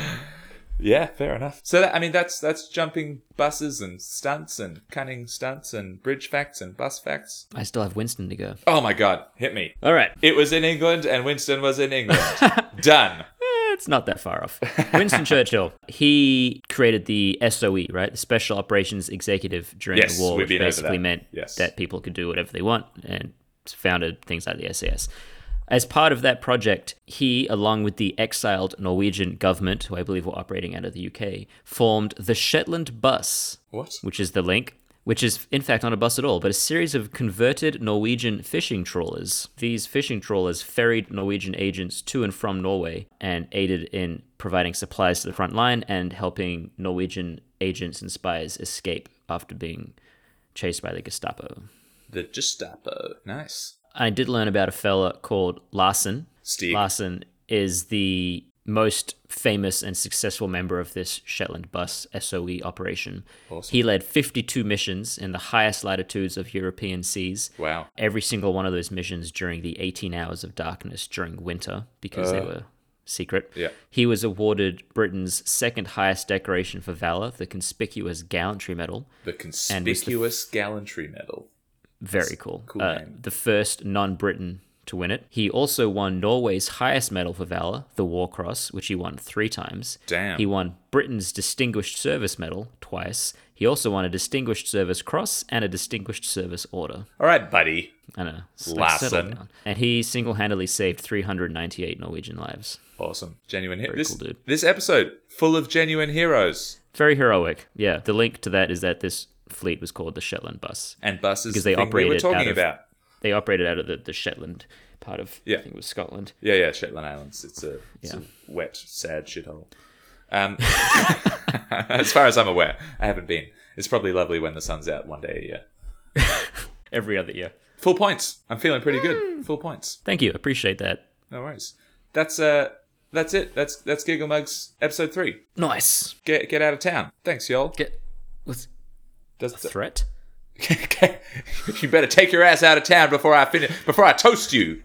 [SPEAKER 2] Yeah, fair enough. So that, I mean, that's that's jumping buses and stunts and cunning stunts and bridge facts and bus facts.
[SPEAKER 3] I still have Winston to go.
[SPEAKER 2] Oh my god, hit me!
[SPEAKER 3] All right.
[SPEAKER 2] It was in England, and Winston was in England. Done.
[SPEAKER 3] Eh, It's not that far off. Winston Churchill, he created the SOE, right? The Special Operations Executive during
[SPEAKER 2] Yes,
[SPEAKER 3] the war,
[SPEAKER 2] we've
[SPEAKER 3] which
[SPEAKER 2] been over
[SPEAKER 3] basically
[SPEAKER 2] that.
[SPEAKER 3] meant
[SPEAKER 2] Yes.
[SPEAKER 3] that people could do whatever they want and founded things like the SAS. As part of that project, he, along with the exiled Norwegian government, who I believe were operating out of the UK, formed the Shetland Bus,
[SPEAKER 2] What?
[SPEAKER 3] which is the link, which is in fact not a bus at all, but a series of converted Norwegian fishing trawlers. These fishing trawlers ferried Norwegian agents to and from Norway and aided in providing supplies to the front line and helping Norwegian agents and spies escape after being chased by the Gestapo.
[SPEAKER 2] The Gestapo. Nice.
[SPEAKER 3] I did learn about a fella called Larson.
[SPEAKER 2] Steve.
[SPEAKER 3] Larson is the most famous and successful member of this Shetland bus SOE operation. He led 52 missions in the highest latitudes of European seas.
[SPEAKER 2] Wow.
[SPEAKER 3] Every single one of those missions during the 18 hours of darkness during winter because they were secret.
[SPEAKER 2] Uh. Yeah.
[SPEAKER 3] He was awarded Britain's second highest decoration for valor, the Conspicuous Gallantry Medal.
[SPEAKER 2] The
[SPEAKER 3] was the-
[SPEAKER 2] conspicuous gallantry medal.
[SPEAKER 3] Very cool.
[SPEAKER 2] cool
[SPEAKER 3] Uh,
[SPEAKER 2] name.
[SPEAKER 3] the first non Briton to win it. He also won Norway's highest medal for valor, the War Cross, which he won three times.
[SPEAKER 2] Damn.
[SPEAKER 3] He won Britain's Distinguished Service Medal twice. He also won a Distinguished Service Cross and a Distinguished Service Order.
[SPEAKER 2] All right, buddy.
[SPEAKER 3] I know. it's like, settle
[SPEAKER 2] Larsen.
[SPEAKER 3] down. And he single handedly saved 398 Norwegian lives.
[SPEAKER 2] Awesome. Genuine hero. This,
[SPEAKER 3] cool dude.
[SPEAKER 2] this episode full of genuine heroes
[SPEAKER 3] Very heroic. Yeah. The link to that is that this fleet was called the Shetland Bus.
[SPEAKER 2] and buses.
[SPEAKER 3] Because they
[SPEAKER 2] thing we were
[SPEAKER 3] operated out
[SPEAKER 2] talking
[SPEAKER 3] of-
[SPEAKER 2] about.
[SPEAKER 3] They operated out of the, the Shetland part of,
[SPEAKER 2] Yeah.
[SPEAKER 3] I think it was Scotland.
[SPEAKER 2] Yeah, yeah, Shetland Islands. It's a, it's
[SPEAKER 3] Yeah.
[SPEAKER 2] a wet, sad shithole. Um, as far as I'm aware, I haven't been. It's probably lovely when the sun's out one day a year.
[SPEAKER 3] Every other year.
[SPEAKER 2] Full points. I'm feeling pretty
[SPEAKER 3] Mm.
[SPEAKER 2] good. Full points.
[SPEAKER 3] Thank you. Appreciate that.
[SPEAKER 2] No worries. That's uh, that's it. That's that's Giggle Mugs episode three.
[SPEAKER 3] Nice.
[SPEAKER 2] Get get out of town. Thanks, y'all.
[SPEAKER 3] Get with
[SPEAKER 2] Does-
[SPEAKER 3] threat?
[SPEAKER 2] you better take your ass out of town before I finish. Before I toast you.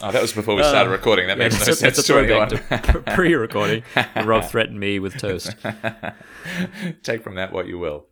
[SPEAKER 2] Oh, that was before we started recording. That makes no
[SPEAKER 3] that's,
[SPEAKER 2] sense
[SPEAKER 3] Uh, a
[SPEAKER 2] to anyone.
[SPEAKER 3] throwback to pre-recording. Rob threatened me with toast.
[SPEAKER 2] Take from that what you will.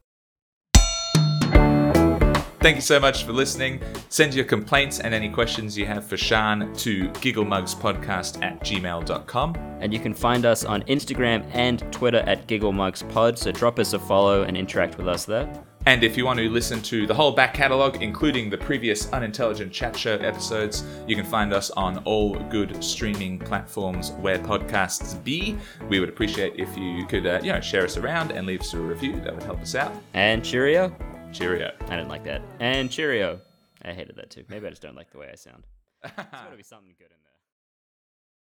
[SPEAKER 2] Thank you so much for listening. Send your complaints and any questions you have for Shan to gigglemugspodcast at gmail.com.
[SPEAKER 3] And you can find us on Instagram and Twitter at GiggleMugsPod. So drop us a follow and interact with us there.
[SPEAKER 2] And if you want to listen to the whole back catalogue, including the previous Unintelligent Chat Show episodes, you can find us on all good streaming platforms where podcasts be. We would appreciate if you could, uh, you know, share us around and leave us a review. That would help us out.
[SPEAKER 3] And cheerio.
[SPEAKER 2] Cheerio.
[SPEAKER 3] I didn't like that. And cheerio. I hated that too. Maybe I just don't like the way I sound. There's got to be something good in there.